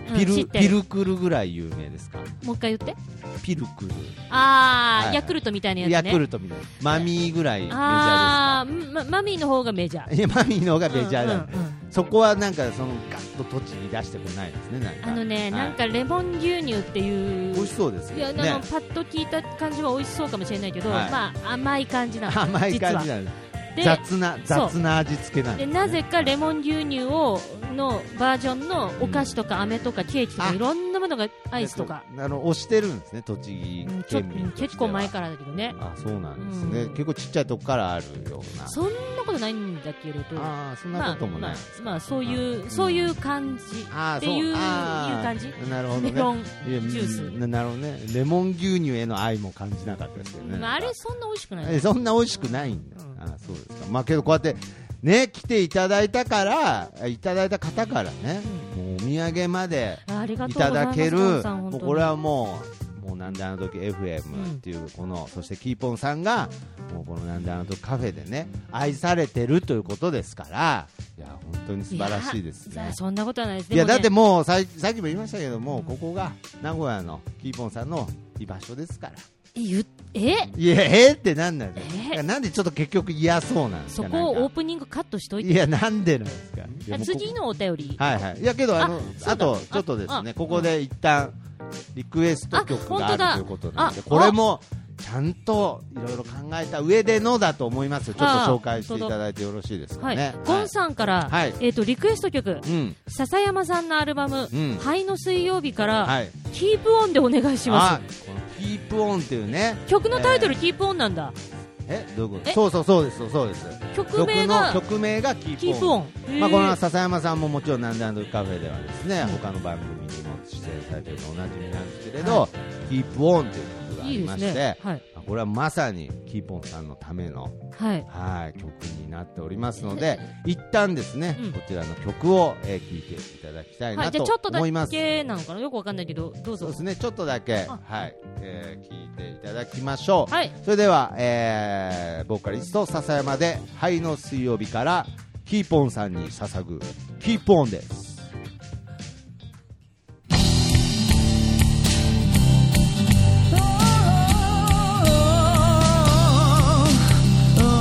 うん、ピ知っルてピるルクルぐらい有名ですかもう一回言ってピルクル、あー、はいヤクルトみたいなやヤつねクルトみたいなマミーぐらいメジャーあーまマミーの方がメジャーですかいやマミーの方 (laughs) がメジャーだ、うんうんうんそこはなんかそのガッと栃木出してこないですね。なんかあのね、はいなんかレモン牛乳っていう美味しそうですよいやあの、ね。パッと聞いた感じは美味しそうかもしれないけど、はいまあ甘い感じなの甘い感じ実なはんでで雑なそう雑な味付けなんでですね。なぜかレモン牛乳をのバージョンのお菓子とか飴とかケーキとかあいろんなものがアイスとかあの押してるんですね栃木うんちょ県民としては結構前からだけどねあそうなんですね、うん結構ちっちゃいとこからあるようなそんなことないんだけれどああそんまなあこともまない、あまあそういう、うんそういう感じあーっていうそあーいう感じなるほどねメロンいやジュースななるほどねレモン牛乳への愛も感じなかったですけどね、まあ、あれそんな美味しくないえそんな美味しくないんだ、うんああそうですかまあけどこうやってね来ていただいたからいただいた方からね、もうお土産まであありがというござたいますだけるトンさんも本当うにこれはもうもうなんであの時うん FM っていうこの、そしてキーポンさんがもうこのなんであの時カフェでね愛されてるということですからいや本当に素晴らしいですやねさあそんなことはないですいやだってももうさいさっきも言いましたけどもここが名古屋のキーポンさんの居場所ですからねゆえいやえー、ってなんなんだよえーなんでちょっと結局嫌そうなんですそかこをなんオーかプニングカットしといていやなんでなんですかいやもうこ次のお便りはいはいいやけどあのそうあだとちょっとですねあここで一旦リクエスト曲あが本当だあるということなのであこれもちゃんといろいろ考えた上でのだと思いますよちょっあと紹介していただいてよろしいですはかい、ねゴンさんから、はいえっ、とリクエスト曲いうん笹山さんのアルバムうん「灰、の水曜日」から、はいキープオンでお願いしまあこのキープオンっていうねす曲のタイトル、キープオンなんだえどういうこえとそうそうそうですそうです曲名が曲の曲名がキープオキンープオンまあ、こへのー笹山さんももちろん「なんであの時カフェ」ではですね他の番組にも出演されてるとおなじみなんですけれど、はキープオンという曲があいりいでますしてねはい、まあこれはまさにキーポンさんのためのはい、はい曲になっておりますので一旦ですね、うんこちらの曲を聴、えー聴いていただきたいは、ないじとゃあちょっとだ思います、けなのかなよくわかんないけどどそううぞですねちょっとだけあはい、えー、聞いていただきましょう、はいそれでは、えーボーカリスト笹山で「灰の水曜日」からキーポンさんに捧ぐ「キーポン」です Oh, oh,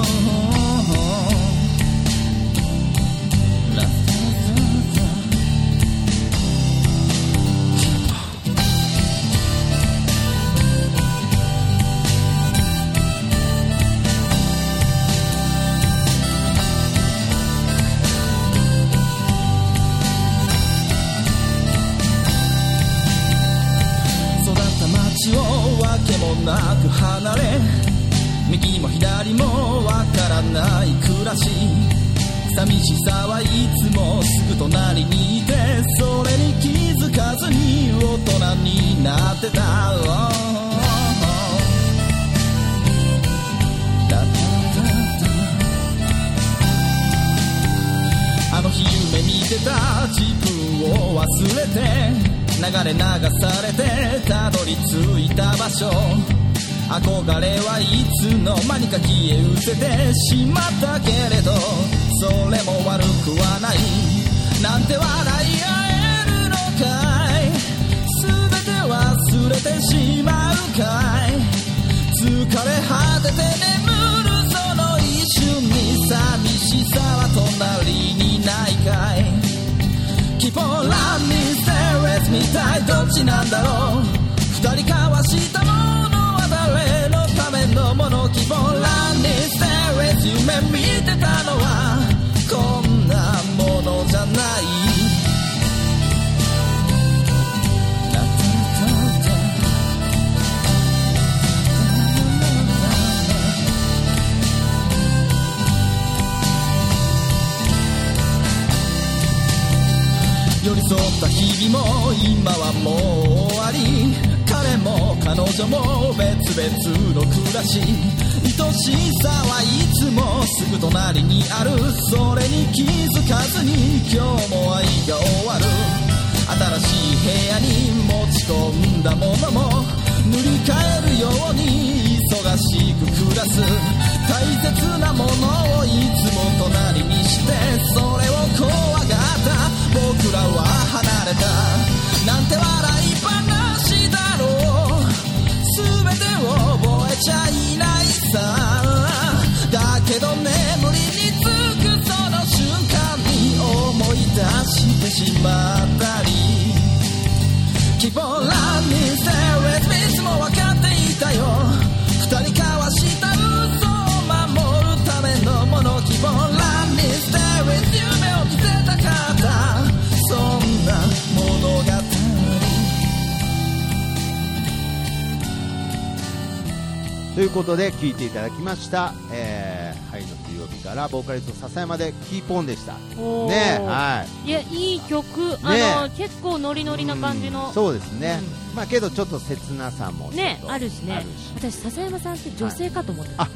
育った街をわけもなく離れ右も左もわからない暮らし寂しさはいつもすぐ隣にいてそれに気づかずに大人になってただだだだあの日夢見てた自分を忘れて流れ流されてたどり着いた場所憧れはいつの間にか消え失せてしまったけれどそれも悪くはないなんて笑い合えるのかい全て忘れてしまうかい疲れ果てて眠るその一瞬に寂しさは隣にないかい Keep on loving me, stay with me 一体どっちなんだろう二人交わしたものは誰のためのもの Keep on loving me, stay with you 夢見てたのはこんなものじゃないラタタタタ寄り添った日々も今はもう終わり彼も彼女も別々の暮らし愛しさはいつもすぐ隣にあるそれに気づかずに今日も愛が終わる新しい部屋に持ち込んだものも塗り替えるように忙しく暮らす大切なものをいつも隣にしてそれを怖がった僕らは離れたなんて笑い話だろう全てを覚えちゃいないさだけど眠りにつくその瞬間に思い出してしまったり Keep on running, stay with me いつも分かっていたよ二人交わした嘘を守るためのもの Keep on running, stay with you 夢を見せたかったそんな物語ということで聴いていただきました「えー、ハイの水曜日」からボーカリスト笹山で「キーポン」でしたおーねはいいやいい曲あの、結構ノリノリな感じの、うんそうですね、まあけどちょっと切なさもちょっとねあるしねあるし私笹山さんって女性かと思ってた、あ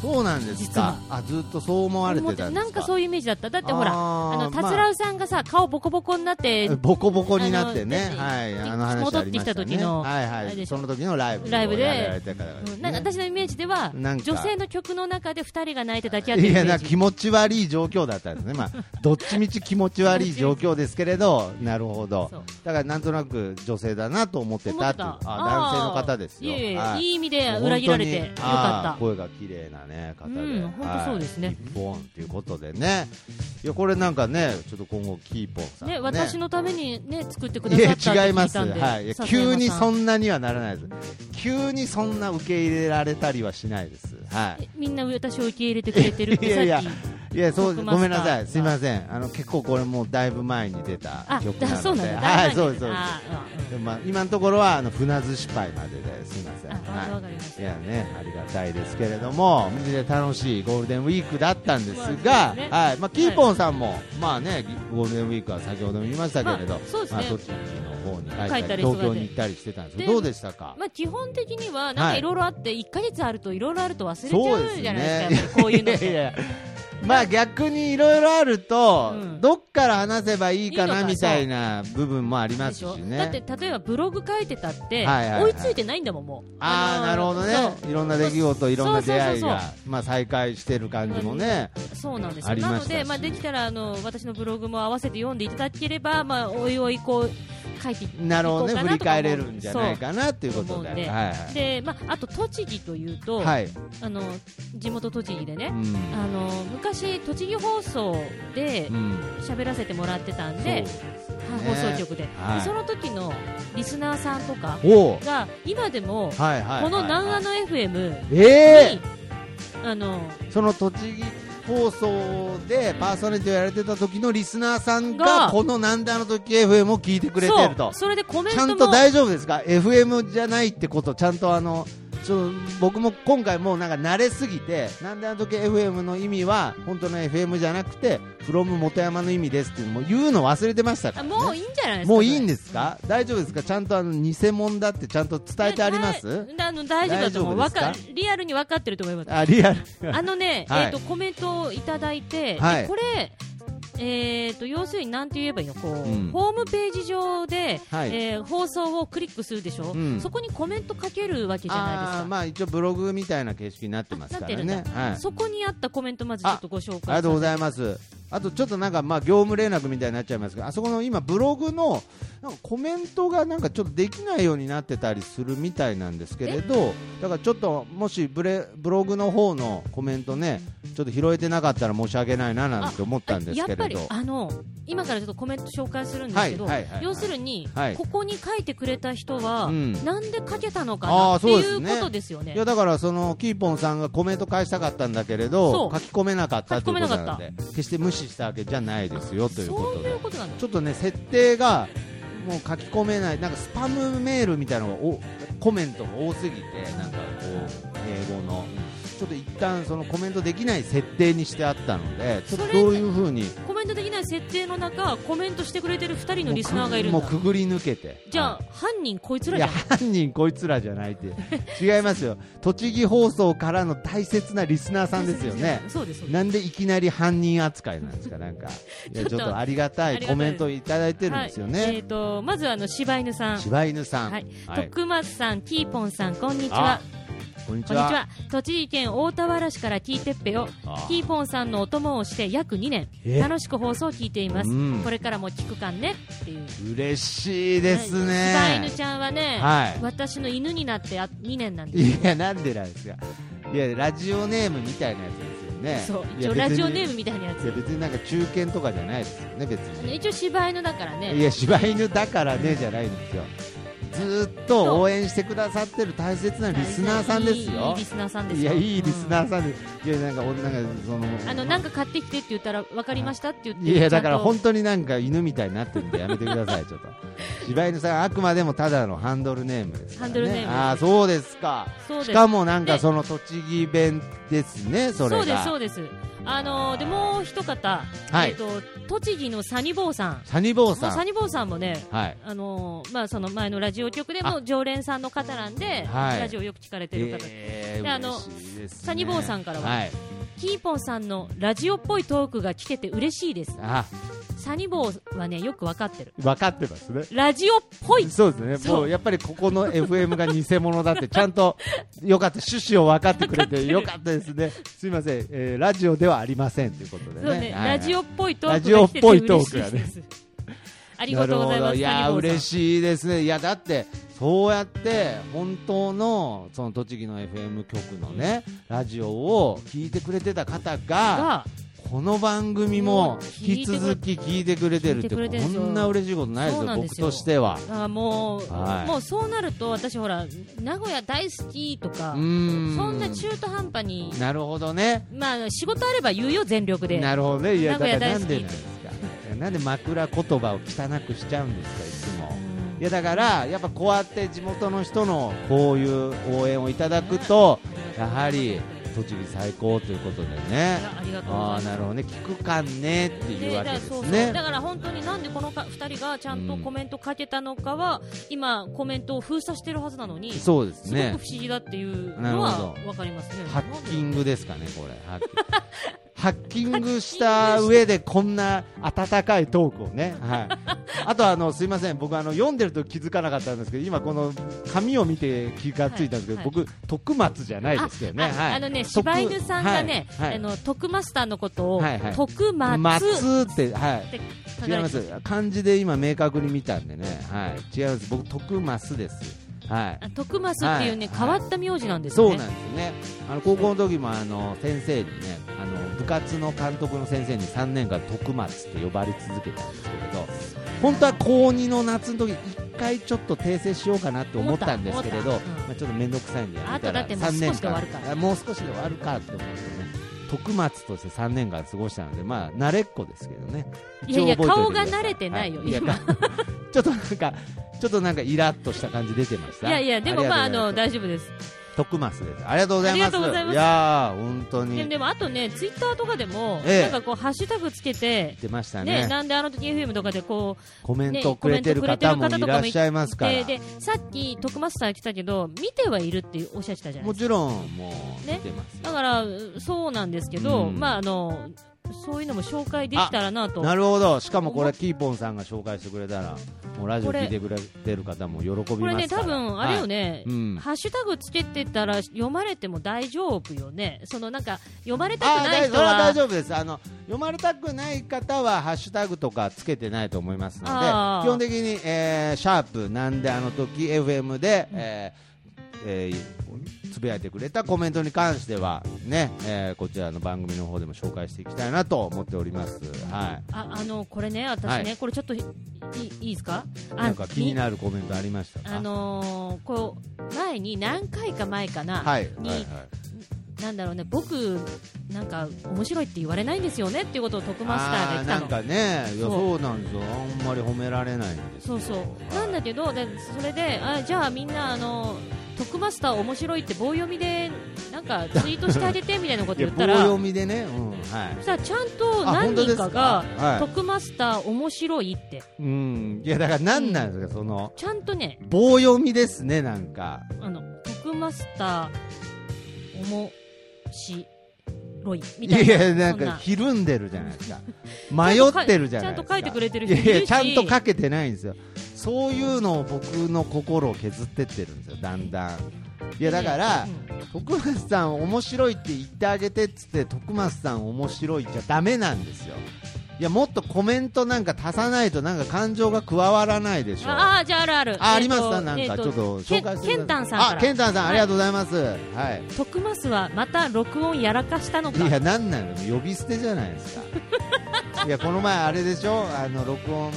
そうなんです実はかあずっとそう思われてたんですかなんかそうういうイメージだっただってほらあーあのまあ達郎さんがさ顔ボコボコになってボコボコになってあねのはいであの話戻あってりまきしたた時ねのはいあはれでいしょその時のライブライブでをやられたからですねうんなんか私のイメージではなんか女性の曲の中で2人が泣いて抱き合ってるイいメやーなジ気持ち悪い状況だったんですね、 (laughs) まあ、どっちみち気持ち悪い状況ですけれど、なるほどそう、だからなんとなく女性だなと思って思たっってていうたあ男性の方ですよ。いえいえ、はいい意味でもう裏切られてよ本当にあかーっ声が綺麗なね方で、うん本当そうですねはい、キーポンということでねいやこれなんかねちょっと今後キーポンさた、んもねね私のために、ね、作ってくだいさやったって違い聞まいす、たんで、はい、いや笹山さ急んにそんなにはならないです急にそんな受け入れられたりはしないですはいえみんな私を受け入れてくれてるっていやいやさっきいやそうトークマスターごめんなさいすいませんあの結構これもうだいぶ前に出たあ曲なのでだそうなんだは大い丈そ夫うですそうですあーでもまあ今のところはあの船寿司パイまでですいませんああわはかりましたいいやねありがたいですけれどもで楽しいゴールデンウィークだったんですが、まあそうですねはいまあキーポンさんも、まあねゴールデンウィークは先ほども言いましたけれど、まあそうですねまあ栃木の方に帰ったり帰ったり東京に行ったりしてたんですけでどどうでしたかうん。まあ、基本的にはなんはかいいろいろあって1か月あるといろいろあると忘れちそうゃでうすじゃないですかねやっぱりこういうのっていやいや (laughs) まあ逆にいろいろあると、うんどっから話せばいいかいいなのかみたいな部分もありまですししょねだって例えばブログ書いてたって、はいはいはい追いついてないんだもんもうああなるほどそうねいろんな出来事いろんな出会いそうそうがまあ再会してる感じもねそうなんですよありなまのしたしで、まあ、できたらあの私のブログも合わせて読んでいただければ、まあ、おいおいこう書いていこうかななるとかほど思うね振り返れるんじゃないそかなっていうことで思うんではいはうで、まあ、あと栃木というと、いはい、あの地元栃木でね、うんあの昔、栃木放送でうん喋らせてもらってたんで、そう放ですね送局で,で、はいその時のリスナーさんとかおうが今でも、はいはいはいはいこの南アの FM に、えあのー、その栃木放送でパーソナリティをやられてた時のリスナーさんががこの「なんであの時 FM」を聞いてくれてるそとうそれでコメンちトゃもんと大丈夫ですか FM じゃないってことちゃんとあのちょ僕も今回もうなんか慣れすぎてなんであの時 FM の意味は本当の FM じゃなくて from 元山の意味ですっていうのも言うの忘れてましたかあら、ね、もういいんじゃないですかもういいんですか大丈夫ですかちゃんとあの偽物だってちゃんと伝えてあります、はいあの大丈夫だと思う大丈夫わですかリアルに分かってると思いますあリアルあのね、はいえっとコメントをいただいて、はいでこれえー、と要するになんて言えばいいのこう、うんホームページ上で、はいえー放送をクリックするでしょ、うんそこにコメント書けるわけじゃないですあか、ーまあ一応ブログみたいな形式になってますからなっねてるんだはいそこにあったコメントまずちょっとご紹介ありがとうごいざいます。あとちょっとなんかまあ業務連絡みたいになっちゃいますけど、あそこの今ブログのなんかコメントがなんかちょっとできないようになってたりするみたいなんですけれど、だからちょっともしブレブログの方のコメントね、ちょっと拾えてなかったら申し訳ないななんて思ったんですけれど、やっぱりあの今からちょっとコメント紹介するんですけど、はいはいはいはい要するに、はいここに書いてくれた人は、うんなんで書けたのかあなーってそうでいすうねことですよねいやだからそのキーポンさんがコメント返したかったんだけれど、そ書うき込めなかったということ書き込なめなのかで、決して無視したわけじゃないですよというこそうとでい。うことなんだちょっとね設定がもう書き込めないなんかスパムメールみたいなのがおコメントが多すぎてなんかこう英語のちょっと一旦そのコメントできない設定にしてあったのでちょっとそれどういう風にコメントできない設定の中コメントしてくれてる2人のリスナーがいるんもうだくぐり抜けてじゃあ、は犯人こいついらいじゃやん犯人こいつらじゃないって違いますよ栃木放送からの大切なリスナーさんですよねそうですそうですなんでいきなり犯人扱いなんですかなん (laughs) かいやちちょょっっととありがたあいりがコたいメントをいただいてるんですよはいえねー、とまずあの柴犬さん柴犬さんはいはい徳松さん、キーポンさん、こんにちは。こんにこんにちは。栃木県大田原市から聞いてっぺよ。キーポンさんのお供をして約2年。え楽しく放送を聞いていますうん。これからも聞くかんねっていう。嬉しいですはい柴犬ね。ちゃんはね、はい私の犬になってあ2年なんですよ。いや、なんでなんですか。いや、ラジオネームみたいなやつですよね。そうい一や応ラジオネーム別みたいなやにいつや、別になんか中堅とかじゃないですよね、別あのに。一応柴犬だからねいや、柴犬だからね、じゃないんですよ。ずーっと応援してくださってる大切なリスナーさんですいいいいよリ。スナーさんですいよや、いいリスナうーさんです。いや、なんか、おなんか、そんの。あのなんか買ってきてって言ったら分かりましたって言っていやだから本ち当になんか犬みたいになってるんでやめてください、ちょっと柴犬さん、あくまでもただのハンドルネームですから、ね、ハンドルネームですあーそうですかゃんとそうですしかもなんかその栃木弁ですね、それがそうですそうですあのーでもう一方、はいえっと栃木のサニボーさんサニボーもうさサん、ニボーさんもねはい、あのーまあ、その前のラジオ局でも常連さんの方なんで、はいラジオよく聞かれてる方、えーであの嬉しいですねサニボーさんからは、はいキーポンさんのラジオっぽいトークが聞けて嬉しいですあサニボーはねよく分かってる分かってますねラジオっぽいそうですねそうもうやっぱりここの FM が偽物だってちゃんとよかった趣旨を分かってくれ (laughs) てよかったですねすいません、えーラジオではありませんということでねそうね、はいはいラジオっぽいトークが来ラジオってて嬉しいぽいトークがです。 (laughs) ありがとうござないるほまどす。いやー谷坊さん嬉しいですねいやだってそうやって本当のその栃木の FM 局のねラジオを聞いてくれてた方ががこの番組も引き続き聞いてくれてるって聞いてくれてるこんですよんな嬉しいことないですそうよなんで僕すよとしてはだからもう、はいもうそうなると私ほら名古屋大好きとかうーんそんな中途半端になるほどねまあ仕事あれば言うよ全力でなるほどねいや名古だか屋らなんでなん大好きですかいやなんで枕言葉を汚くしちゃうんですかいつもうんいやだからやっぱこうやって地元の人のこういう応援をいただくとやはり栃木最高ということでねいやありがとうございあまあすなるほどね聞くかんねってでいうわだけでからすそうそうねだから本当になんでこのか2人がちゃんとコメントかけたのかは、今、コメントを封鎖してるはずなのに、すそうですごく不ね思議だっていうなるのはほど分かりますね。ハッキングですかね (laughs) これハッキングハッキングした上でこんな温かいトークをね、はい、あとあのすいません僕あの読んでると気づかなかったんですけど今この紙を見て気がついたんですけど、はい僕徳松じゃないですよねあはいあのね、徳柴犬さんがね、はいはいあの、徳マスターのことを、はいはい徳松っ松って、はて書い、違かいれまてす、漢字で今、明確に見たんでね、はい、違います、僕、徳増です、はい、あ徳マスっていうね、はい変わった名字なんですそようねなん。ですね、あの高校の時もあの先生にねあの、部活の監督の先生に3年間、徳松って呼ばれ続けたんですけれど、本当は高2の夏の時1回ちょっと訂正しようかなって思ったんですけれど、ま思った思ったうんあ、ちょっと面倒くさいんでやめたあとだっら、てもう3年少しで終わるから間、あもう少しで終わるかって思ってね。徳松として3年間過ごしたので、まあ、慣れっこですけどね。いやいや一応覚えておいてくださ顔が慣れてないよはや今ちょっとなんか、ちょっとなんかイラッとした感じ出てましいた。やいや、でもまあ、ありがとうごの、ざいます大丈夫です。徳マスです。ありがとうございます。ありがとうございますやー、本当でに。でも、あとね、ツイッターとかでも、ええなんかこう、ハッシュタグつけて、出ましたねね、なんであの時 FM とかでこコメう、ンね、トをくれてる方もいらっしゃいますから。ででさっき徳マスさん来たけど見てはいるっておっしゃってたじゃないもですちろん、もう、ね見てますよかだからそうなんですけど、うんまああのそういうのも紹介できたらなとなるほど。しかもこれ、キーポンさんが紹介してくれたら、もうラジオ聞いてくれてる方も喜びますから。これね、多分あれよね、はいうんハッシュタグつけてたら読まれても大丈夫よね、そのなんか読まれたあくーない大人それはは大、丈夫ですあの読まれたくない方はハッシュタグとかつけてないと思いますのであー基本的に、えーシャープなんであの時 FM で、えーえーつぶやいてくれたコメントに関してはね、えーこちらの番組の方でも紹介していきたいなと思っておりますはああのこれね、私はね、いこれちょっといいいいですか、いあなんか気にみなるコメントありましたかあのーこう前に何回か前かな、はいに、はいはいなんだろうね、僕、なんか面白いって言われないんですよねっていうことを徳マスターがあ言っーたなのん。かねいやそうそうなんですよあんまり褒められないんですそようそうはないんだけどでそれであじゃあみんなあの徳マスター面白いって棒読みでなんかツイートしてあげてみたいなこといや言った棒ら読みでね、うんはいそしたらちゃんと何人かあが本当ですかはい徳マスター面白いってうん、いやだから何なんですか、そのちゃんとね棒読みですねなんかあの徳マスター面白いみたいなやなんそんかなひるんでるじゃない (laughs) ですか迷ってるじゃないですかちゃんと書いてくれてる人いるしやいやちゃんと書けてないんですよそういうのを僕の心を削ってってるんですよだんだんいやだから、うん徳松さん面白いって言ってあげてっつって徳松さん面白いじゃダメなんですよいやもっとコメントなんか足さないとなんか感情が加わらないでしょああじゃああるあるあ、あえりーとますか、なんえーか、ちょっと紹介してけくんだけんたいんさんからあ、ケンタンさん、ありがととうございます。はい。う徳マスはまた録音やらかしたのかいや、なんなの、呼び捨てじゃないですか。 (laughs) いや、この前、あれでしょあの、録音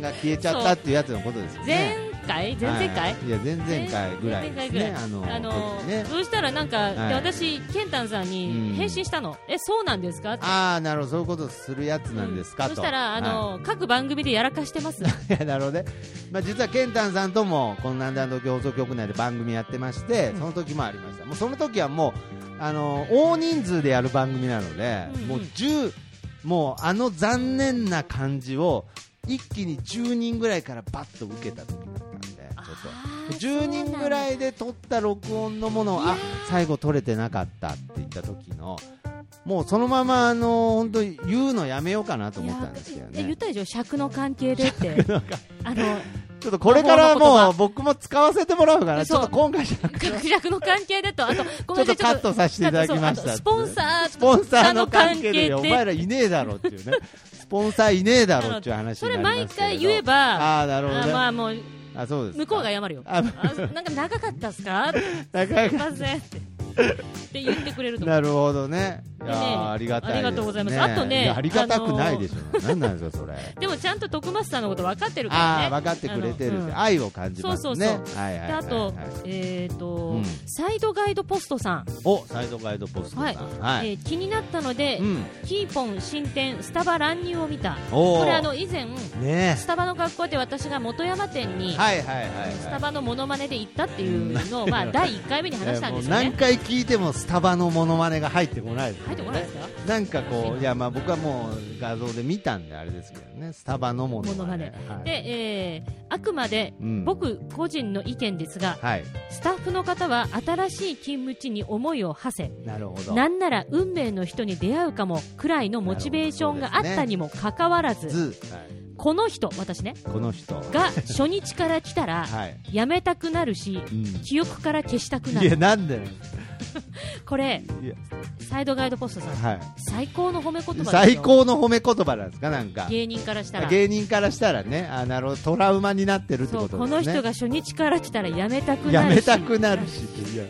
が消えちゃったっていうやつのことですよ前ね。回前々回、はいいや、前々回ぐらいですね。あ前々の、回ぐらいあの時ね。そうしたらなんか、はいで私、ケンタンさんうんに返信したの、えそうなんですかってああ、なるほど、そういうことするやつなんですかと。そしたら、あはいの各番組でやらかし (laughs) てます、いやなるほどね、まあ、実はケンタンさんともこの「なんであの時放送局内で番組やってましてその時もありましたもうその時はもうあの大人数でやる番組なので、うんうんもう10もうあの残念な感じを一気に10人ぐらいからバッと受けた時だったんであですよあー10人ぐらいで撮った録音のものをいやーあ最後撮れてなかったって言った時のもうそのままあの本当に言うのやめようかなとそう思なっんただんですけどいやで言ねったでしょ尺の関係でって (laughs) あのちょっとこれから魔法ものう僕も使わせてもらうからちそうょっと今回じゃなくて学弱の関係でと、あと、ごちょめっんなさとい、カットさせていただきましちょっとあたとスポンサー、ススポンサーの関係でポおンサーの関前らいねえだろっていうねスポンサーいねえだろっていう話そにれなり毎ますけど回言えば、あああなるほどねまあもう、あそうですか向こうが謝るよ。ああなんか長かったっすかすいなかなかませんって。って言ってくれると思う。なるほどね。いやでねーありがたいです、ね。ありがとうございますあとねいやありがたくないでしょ。なんなんですか (laughs) それ。でもちゃんと徳松さんのこと分かってるからね。ああ分かってくれてるってあのうん愛を感じますね。そうそうはいはいではい、はあい。と、えっとうん、サイドガイドポストさん。おサイドガイドポストさん。ははいい。えー気になったのでう、ん。キーポン新店スタバ乱入を見た。おお。これあの、以前、ねスタバの学校で私が元山店にえ。、はいはいはい、はい。スタバのモノマネで行ったっていうのを、まあ、第1回目に話したんですよえーもう何ね。回聞いてもスタバのモノマネが入ってこないです、ね。入ってこないですかなんかこういやまあ僕はもう画像で見たんであれですけどねスタバのモノマネ。モはい、で、えーあくまでうん僕個人の意見ですが、はい。スタッフの方は新しい勤務地に思いを馳なるほせ、ど。なんなら運命の人に出会うかもくらいのモチベーションがあったにもかかわらず、ず、はい、この人、私ね、この人。が初日から来たら、 (laughs) はい。辞めたくなるし、うん。記憶から消したくないる。やなんでこれ、いやサイドガイドポストさん、はい最高の褒め言葉ですよ最高の褒め言葉なんですかなんか芸人からしたら。芸人からしたらねあなるほどトラウマになってるってそこうとこのですね人が初日から来たらやめたくやなるめしたくなるしいや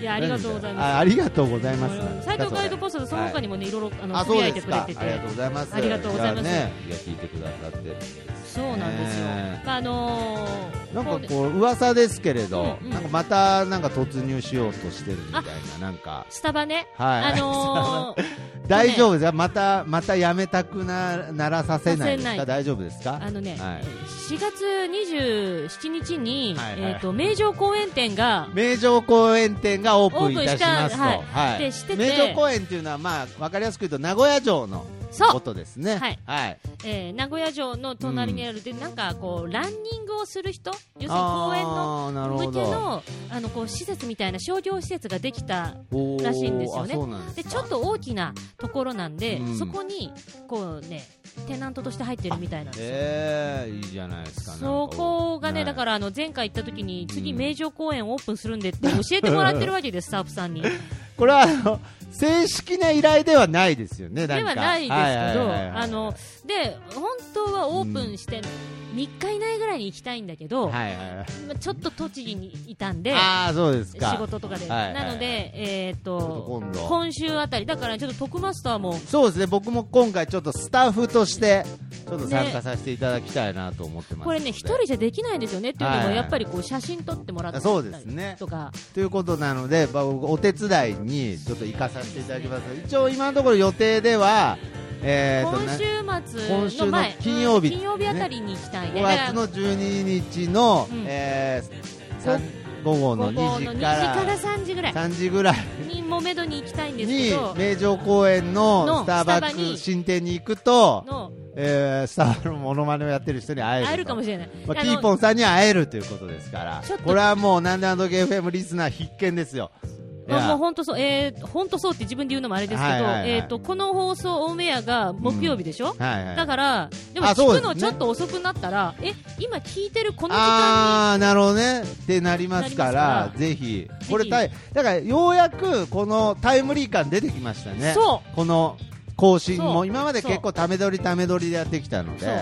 いやありがとうございあまありがとうございますすあの斉藤ガイドポストその他ににもね、い、ろいろあのあつそぶうやいでてすくれかあてりてがとうございますありがとうございますじゃあねいや聞いてくださってるんですそうなんですよ、ねまああのーなんかうこう噂ですけれど、うんうんなんかまたなんか突入しようとしてるみたいななんかスタバね、はいあのー大丈夫ですかまたまたやめたくなならさせないでさすせなかい大丈夫ですかあのね、はい4月27日に、はいはいえっ、と名城公園店が名城公園店がオープンいたしますと、オープンしたはいでしてて名城公園っていうのは、まあ、分かりやすく言うと名古屋城のそこう、とですね、はいはいえー名古屋城の隣にあるで、なんかこうランニングをする人、要するに公園のあーなる向ほけどのあのこう施設みたいな商業施設ができたおーらしいんですよねあそうなんでですちかょっと大きなところなんで、うんそこにこうねテナントとして入ってるみたいなんですよ、えー、いいじゃないですかそこがね、だかららあの前回行った時に次、うん名城公園オープンするん (laughs) でって教えてもらってるわけです、スタッフさんに。これはあの正式な依頼ではないですよねでなんかはないですけど、はいはいはいはいあので本当はオープンして3日以内ぐらいに行きたいんだけど、はいはいはいまあちょっと栃木にいたんで、ああそうですか仕事とかで、はいはいはいなので、えー、ちょとっと今度今週あたり、だからちょっと徳マスターもそうですね僕も今回ちょっとスタッフとしてちょっと参加させていただきたいなと思ってますのでこれね、一人じゃできないんですよねっていうはのいも、はいやっぱりこう写真撮ってもらったりそうですねとか、ということなので、まあ僕お手伝いにちょっと行かさせていただきます一応今のところ予定では、えーと今週ね今末週のの前、金曜日金曜日あたりに行きたい5ね、月の12日の、うんえーさん午後午後の2の2時時かからら3時ぐらい3時ぐらいにもめどに行きたいんですけにど、名城公園ののスターバスタバッにク新店に行くと、のえースターバのモノマネをやってる人に会えると会えるかもしれない。まあ、あキのーポンさんには会えるということですからちょっとこれはもうなんであのゲーム FM リスナー必見ですよいまあ、やもう本当そう、えー、本当そうって自分で言うのもあれですけど、はいはいはいえっ、と、この放送オンエアが木曜日でしょ、はいはいだから、でもあそう聞でくすねのちょっと遅くなったら、え、今聞いてるこの時間ああーなるほどねってなりますからなりますからぜひこれたいだからようやくこのタイムリー感出てきましたに、ねそうこの更新そもう今まで結構ため撮りため撮りでやってきたのでそう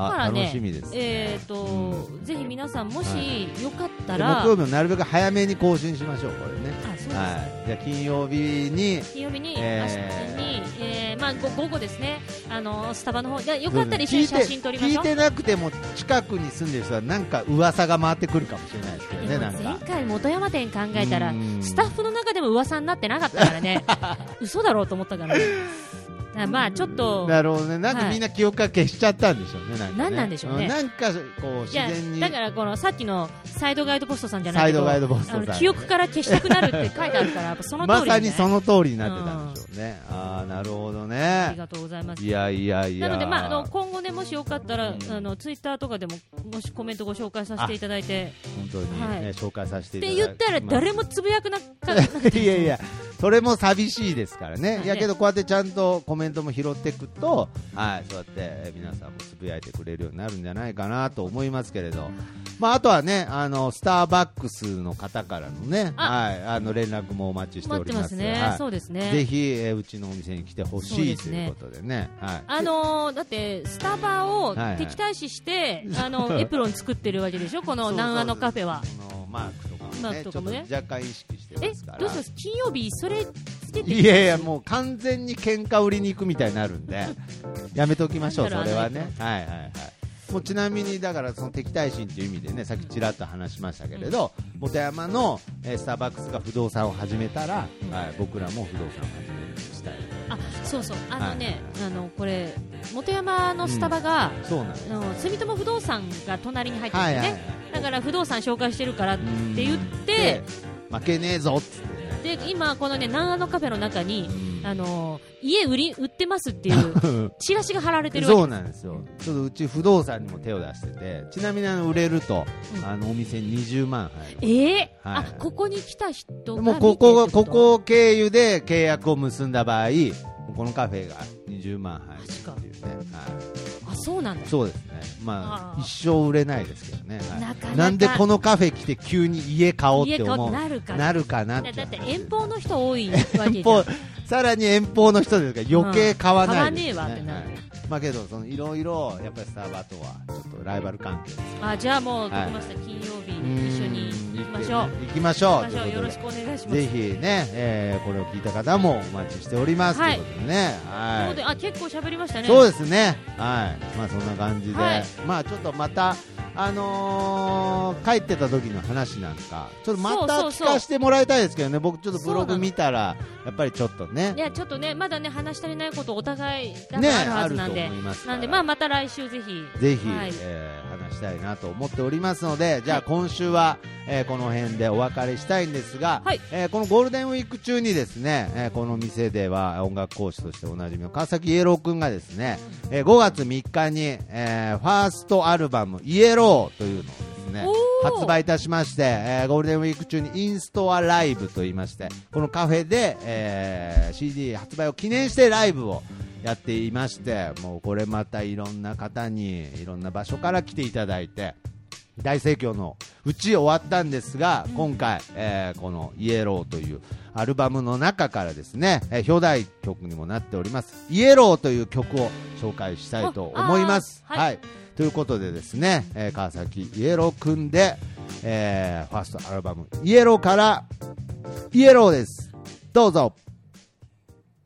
だからあね、楽しみです、えっ、と、ぜひ皆さんもはしよかったでら、木曜日もなるべく早めに更新しましょうこれねあ、そうです。はいじゃあ金曜日に金曜日に、えー明日に、えーまあ、ご午後ですね、あのスタバの方でよかったら一緒にそうで写すね真撮りましょ聞いう。て聞いてなくても近くに住んでる人はなんか噂が回ってくるかもしれないですけどでねもなん前か回、元山店考えたらう、ん (laughs) スタッフの中でも噂になってなかったからね、嘘だろうと思ったからね。あまあちょっとなるほどねなんはかいみんな記憶が消しちゃったんでしょうねなんかねなんなんでしょうねんなんかこう自いや然にだからこのさっきのサイドガイドポストさんじゃないサけイどドガイドボストあさんの記憶から消したくなるって書いてあるからやっぱそのま通りさねにその通りになってたんでしょうね、ああなるほどありねがとうございますいやいやいやなので、まあ、あの今後ねもしよかったら、うんあのツイッターとかでももしコメントご紹介させていただいて本当にね、はい紹介させてっいただてき言ったら誰もつぶやくなかっ (laughs) たいやいや、それも寂しいですからね、はいいやけど、こうやってちゃんとコメントも拾っていくと、はい、そうやってえー皆さんもつぶやいてくれるようになるんじゃないかなと思いますけれど、まあ、あとはねあの、スターバックスの方からのね、あはい、あの連絡もお待ちして待おってりまますすね、はいそうですねぜひ、えーうちのお店に来てほそうしでいすとねいうことでね、はい、あのーだってスタバはをいはい敵対 (laughs) 視して、あのエプロン作ってるわけでしょ、このそうそう南アのカフェは。そのマークとかもマーねクとかもねちょっと若干意識してえますから。どうします金曜日、それつけていやいや、もう完全に喧嘩売りに行くみたいになるんで、やめておきましょう、それはね。はいはいはい。もうちなみに、だからその敵対心という意味でね、さっきちらっと話しましたけれど、元山のえースターバックスが不動産を始めたら、うんはい、僕らも不動産を始めるようにしたい。あそうそう、あのね、あのこれ、元山のスタバが、そうなんです。あの住友不動産が隣に入ってるんはでいね、はいはい。だから不動産紹介してるからってうん言って、、負けねえぞっつってね。で今、このね南アのカフェの中に、うんあのー家売り売ってますっていうチラシが貼られてるわけそうなんですよ、ちょっとうち不動産にも手を出してて、ちなみにあの売れると、うんあのお店に20万入る、えーはいあここに来た人がもう見てここってことこを経由で契約を結んだ場合、このカフェが20万入るっていうね、はあそうなんだい、そうですね、まあーあ、一生売れないですけどね、はいなかなかんでこのカフェ来て急に家買おうっ家て買お思ううなるかななるかなだてだって遠方の人多いわけじゃん遠方さらに遠方の人ですから余計買わないです、ねうん買わねえわってなるはいまあけどそのいろいろやっぱりスタバとはちょっとライバル関係ですあじゃあもう徳松さん、金曜日一緒に行きましょ行うきましょう行きましょうよろしくお願いしまぜすひね、えーこれを聞いた方もお待ちしております、はいということでね、というこはとであ結構喋りましたい、ねそうですね、はい、まあそんな感じで、はいまあちょっとまた、あのー帰ってた時の話なんか、ちょっとまたそうそうそ聞うかせてもらいたいですけどね、僕ちょっとブそうロなグの見たら、やっぱりちょっとねい、やちょっとねまだね話し足りないことお互い多ね分あるはずなんで、あると思いますからなんでまあまた来週ぜひぜひ、はいえー話したいなと思っておりますので、じゃあ今週は、えーこの辺でお別れしたいんですが、はいえーこのゴールデンウィーク中にですね、えーこの店では音楽講師としておなじみの川崎イエローくんがですね、えー5月3日に、えーファーストアルバムイエローというのをですねおー発売いたしまして、えーゴールデンウィーク中にインストアライブといいましてこのカフェで、えー CD 発売を記念してライブをやっていましてもうこれまたいろんな方にいろんな場所から来ていただいて大盛況のうち終わったんですが、今回、えーこの「イエロー」というアルバムの中からですね、えー表題曲にもなっております「イエロー」という曲を紹介したいと思います。ああーははいい、ということでですね、えー川崎イエローくんで、えーファーストアルバム「イエロー」から「イエロー」ですどうぞ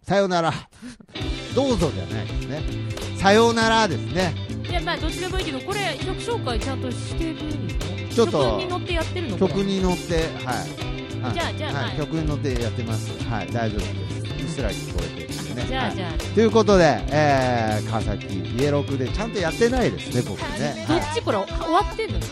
さよならどうぞじゃないですねさよならですねいやまあどっちでもいいけどこれ曲紹介ちゃんとしてるのちょっと曲に乗ってやってるのこれ曲に乗って、はい。はいじゃあじゃあはいはい曲に乗ってやってます。はい、大丈夫です。うっすら聞こえてるんでね。じゃあはいじゃあということで、えー、川崎イエロークでちゃんとやってないですね、僕ね。どはっちこれ終わってんのい、い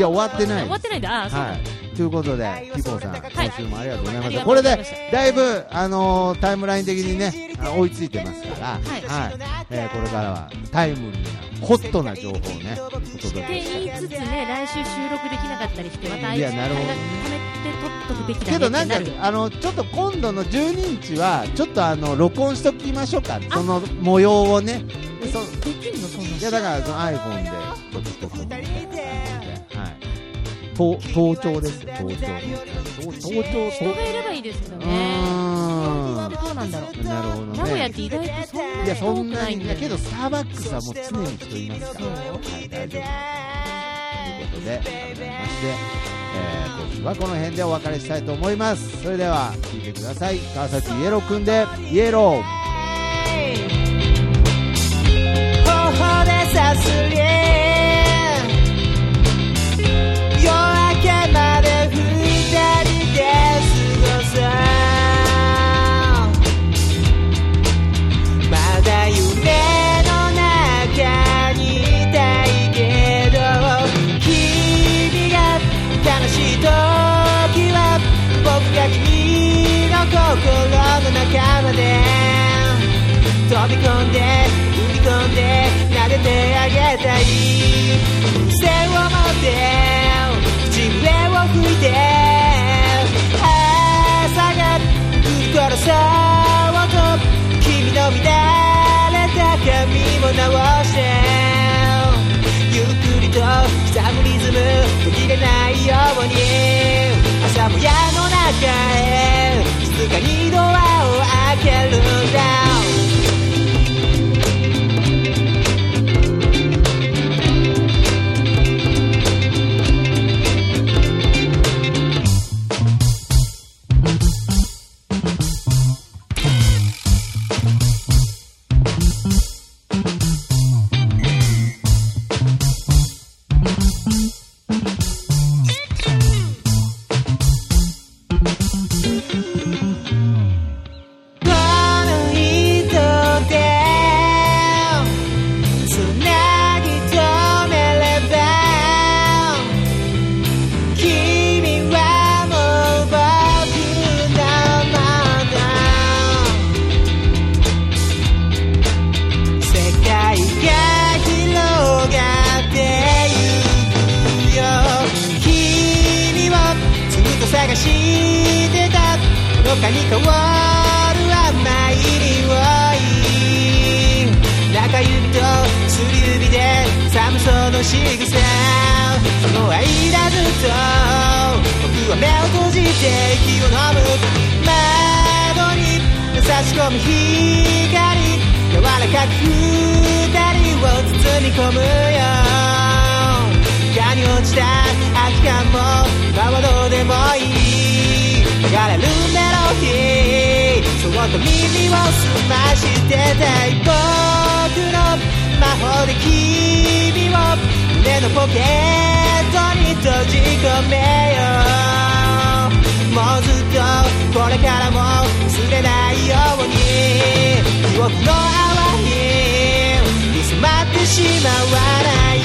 や、終わってない終わってないんだあーそうだ、はい、ということで、ピポさん、今週もありがとうございました、これはいありがとうでございましだいぶ、あのータイムライン的にね、あ追いついてますから、はいえーこれからはタイムリーな、ホットな情報をね、お届けってしたい言いつつね来週収録できなかったりしてまたいやなるほど貯めて取っとくべきだねけどなんってかるよあのちょっと今度の12日はちょっとあの録音しときましょうかその模様をねえそうできんのそんないやだからその iPhone でちょっと録音みたいな感じではい盗盗聴ですよ盗聴盗盗聴人がいればいいですけどうねーんどうなんだろうなるほどね名古屋って意外とそいんなにやそ多んくなないにんいだやよけねどスターバックスはもう常に人いますからはい大丈夫ということで改めまして、えー、今週はこの辺でお別れしたいと思いますそれでは聴いてください川崎イエローくんでイエロー Oh, 頬でさすり夜明けまで二人で過ごそうま線を持って地面を吹いて朝が来るからさと君の乱れた髪も直してゆっくりと刻むリズム途切れないように朝もやの中へ静かにドアを開けるんだこの糸でつなぎとめれば君はもう僕のもの世界が広がっていくよ君をずっと探してたどこかに変わる甘い匂い中指と薬指で寒そうの仕草その間ずっと僕は目を閉じて息を飲む窓に差し込む光柔らかく二人を包み込むよ床に落ちた空き缶も今はどうでもいい流れるメロディーそっと耳を澄ましてたい僕の魔法で君を胸のポケットに閉じ込めようもうずっとこれからも忘れないように記憶の泡にに染まってしまわない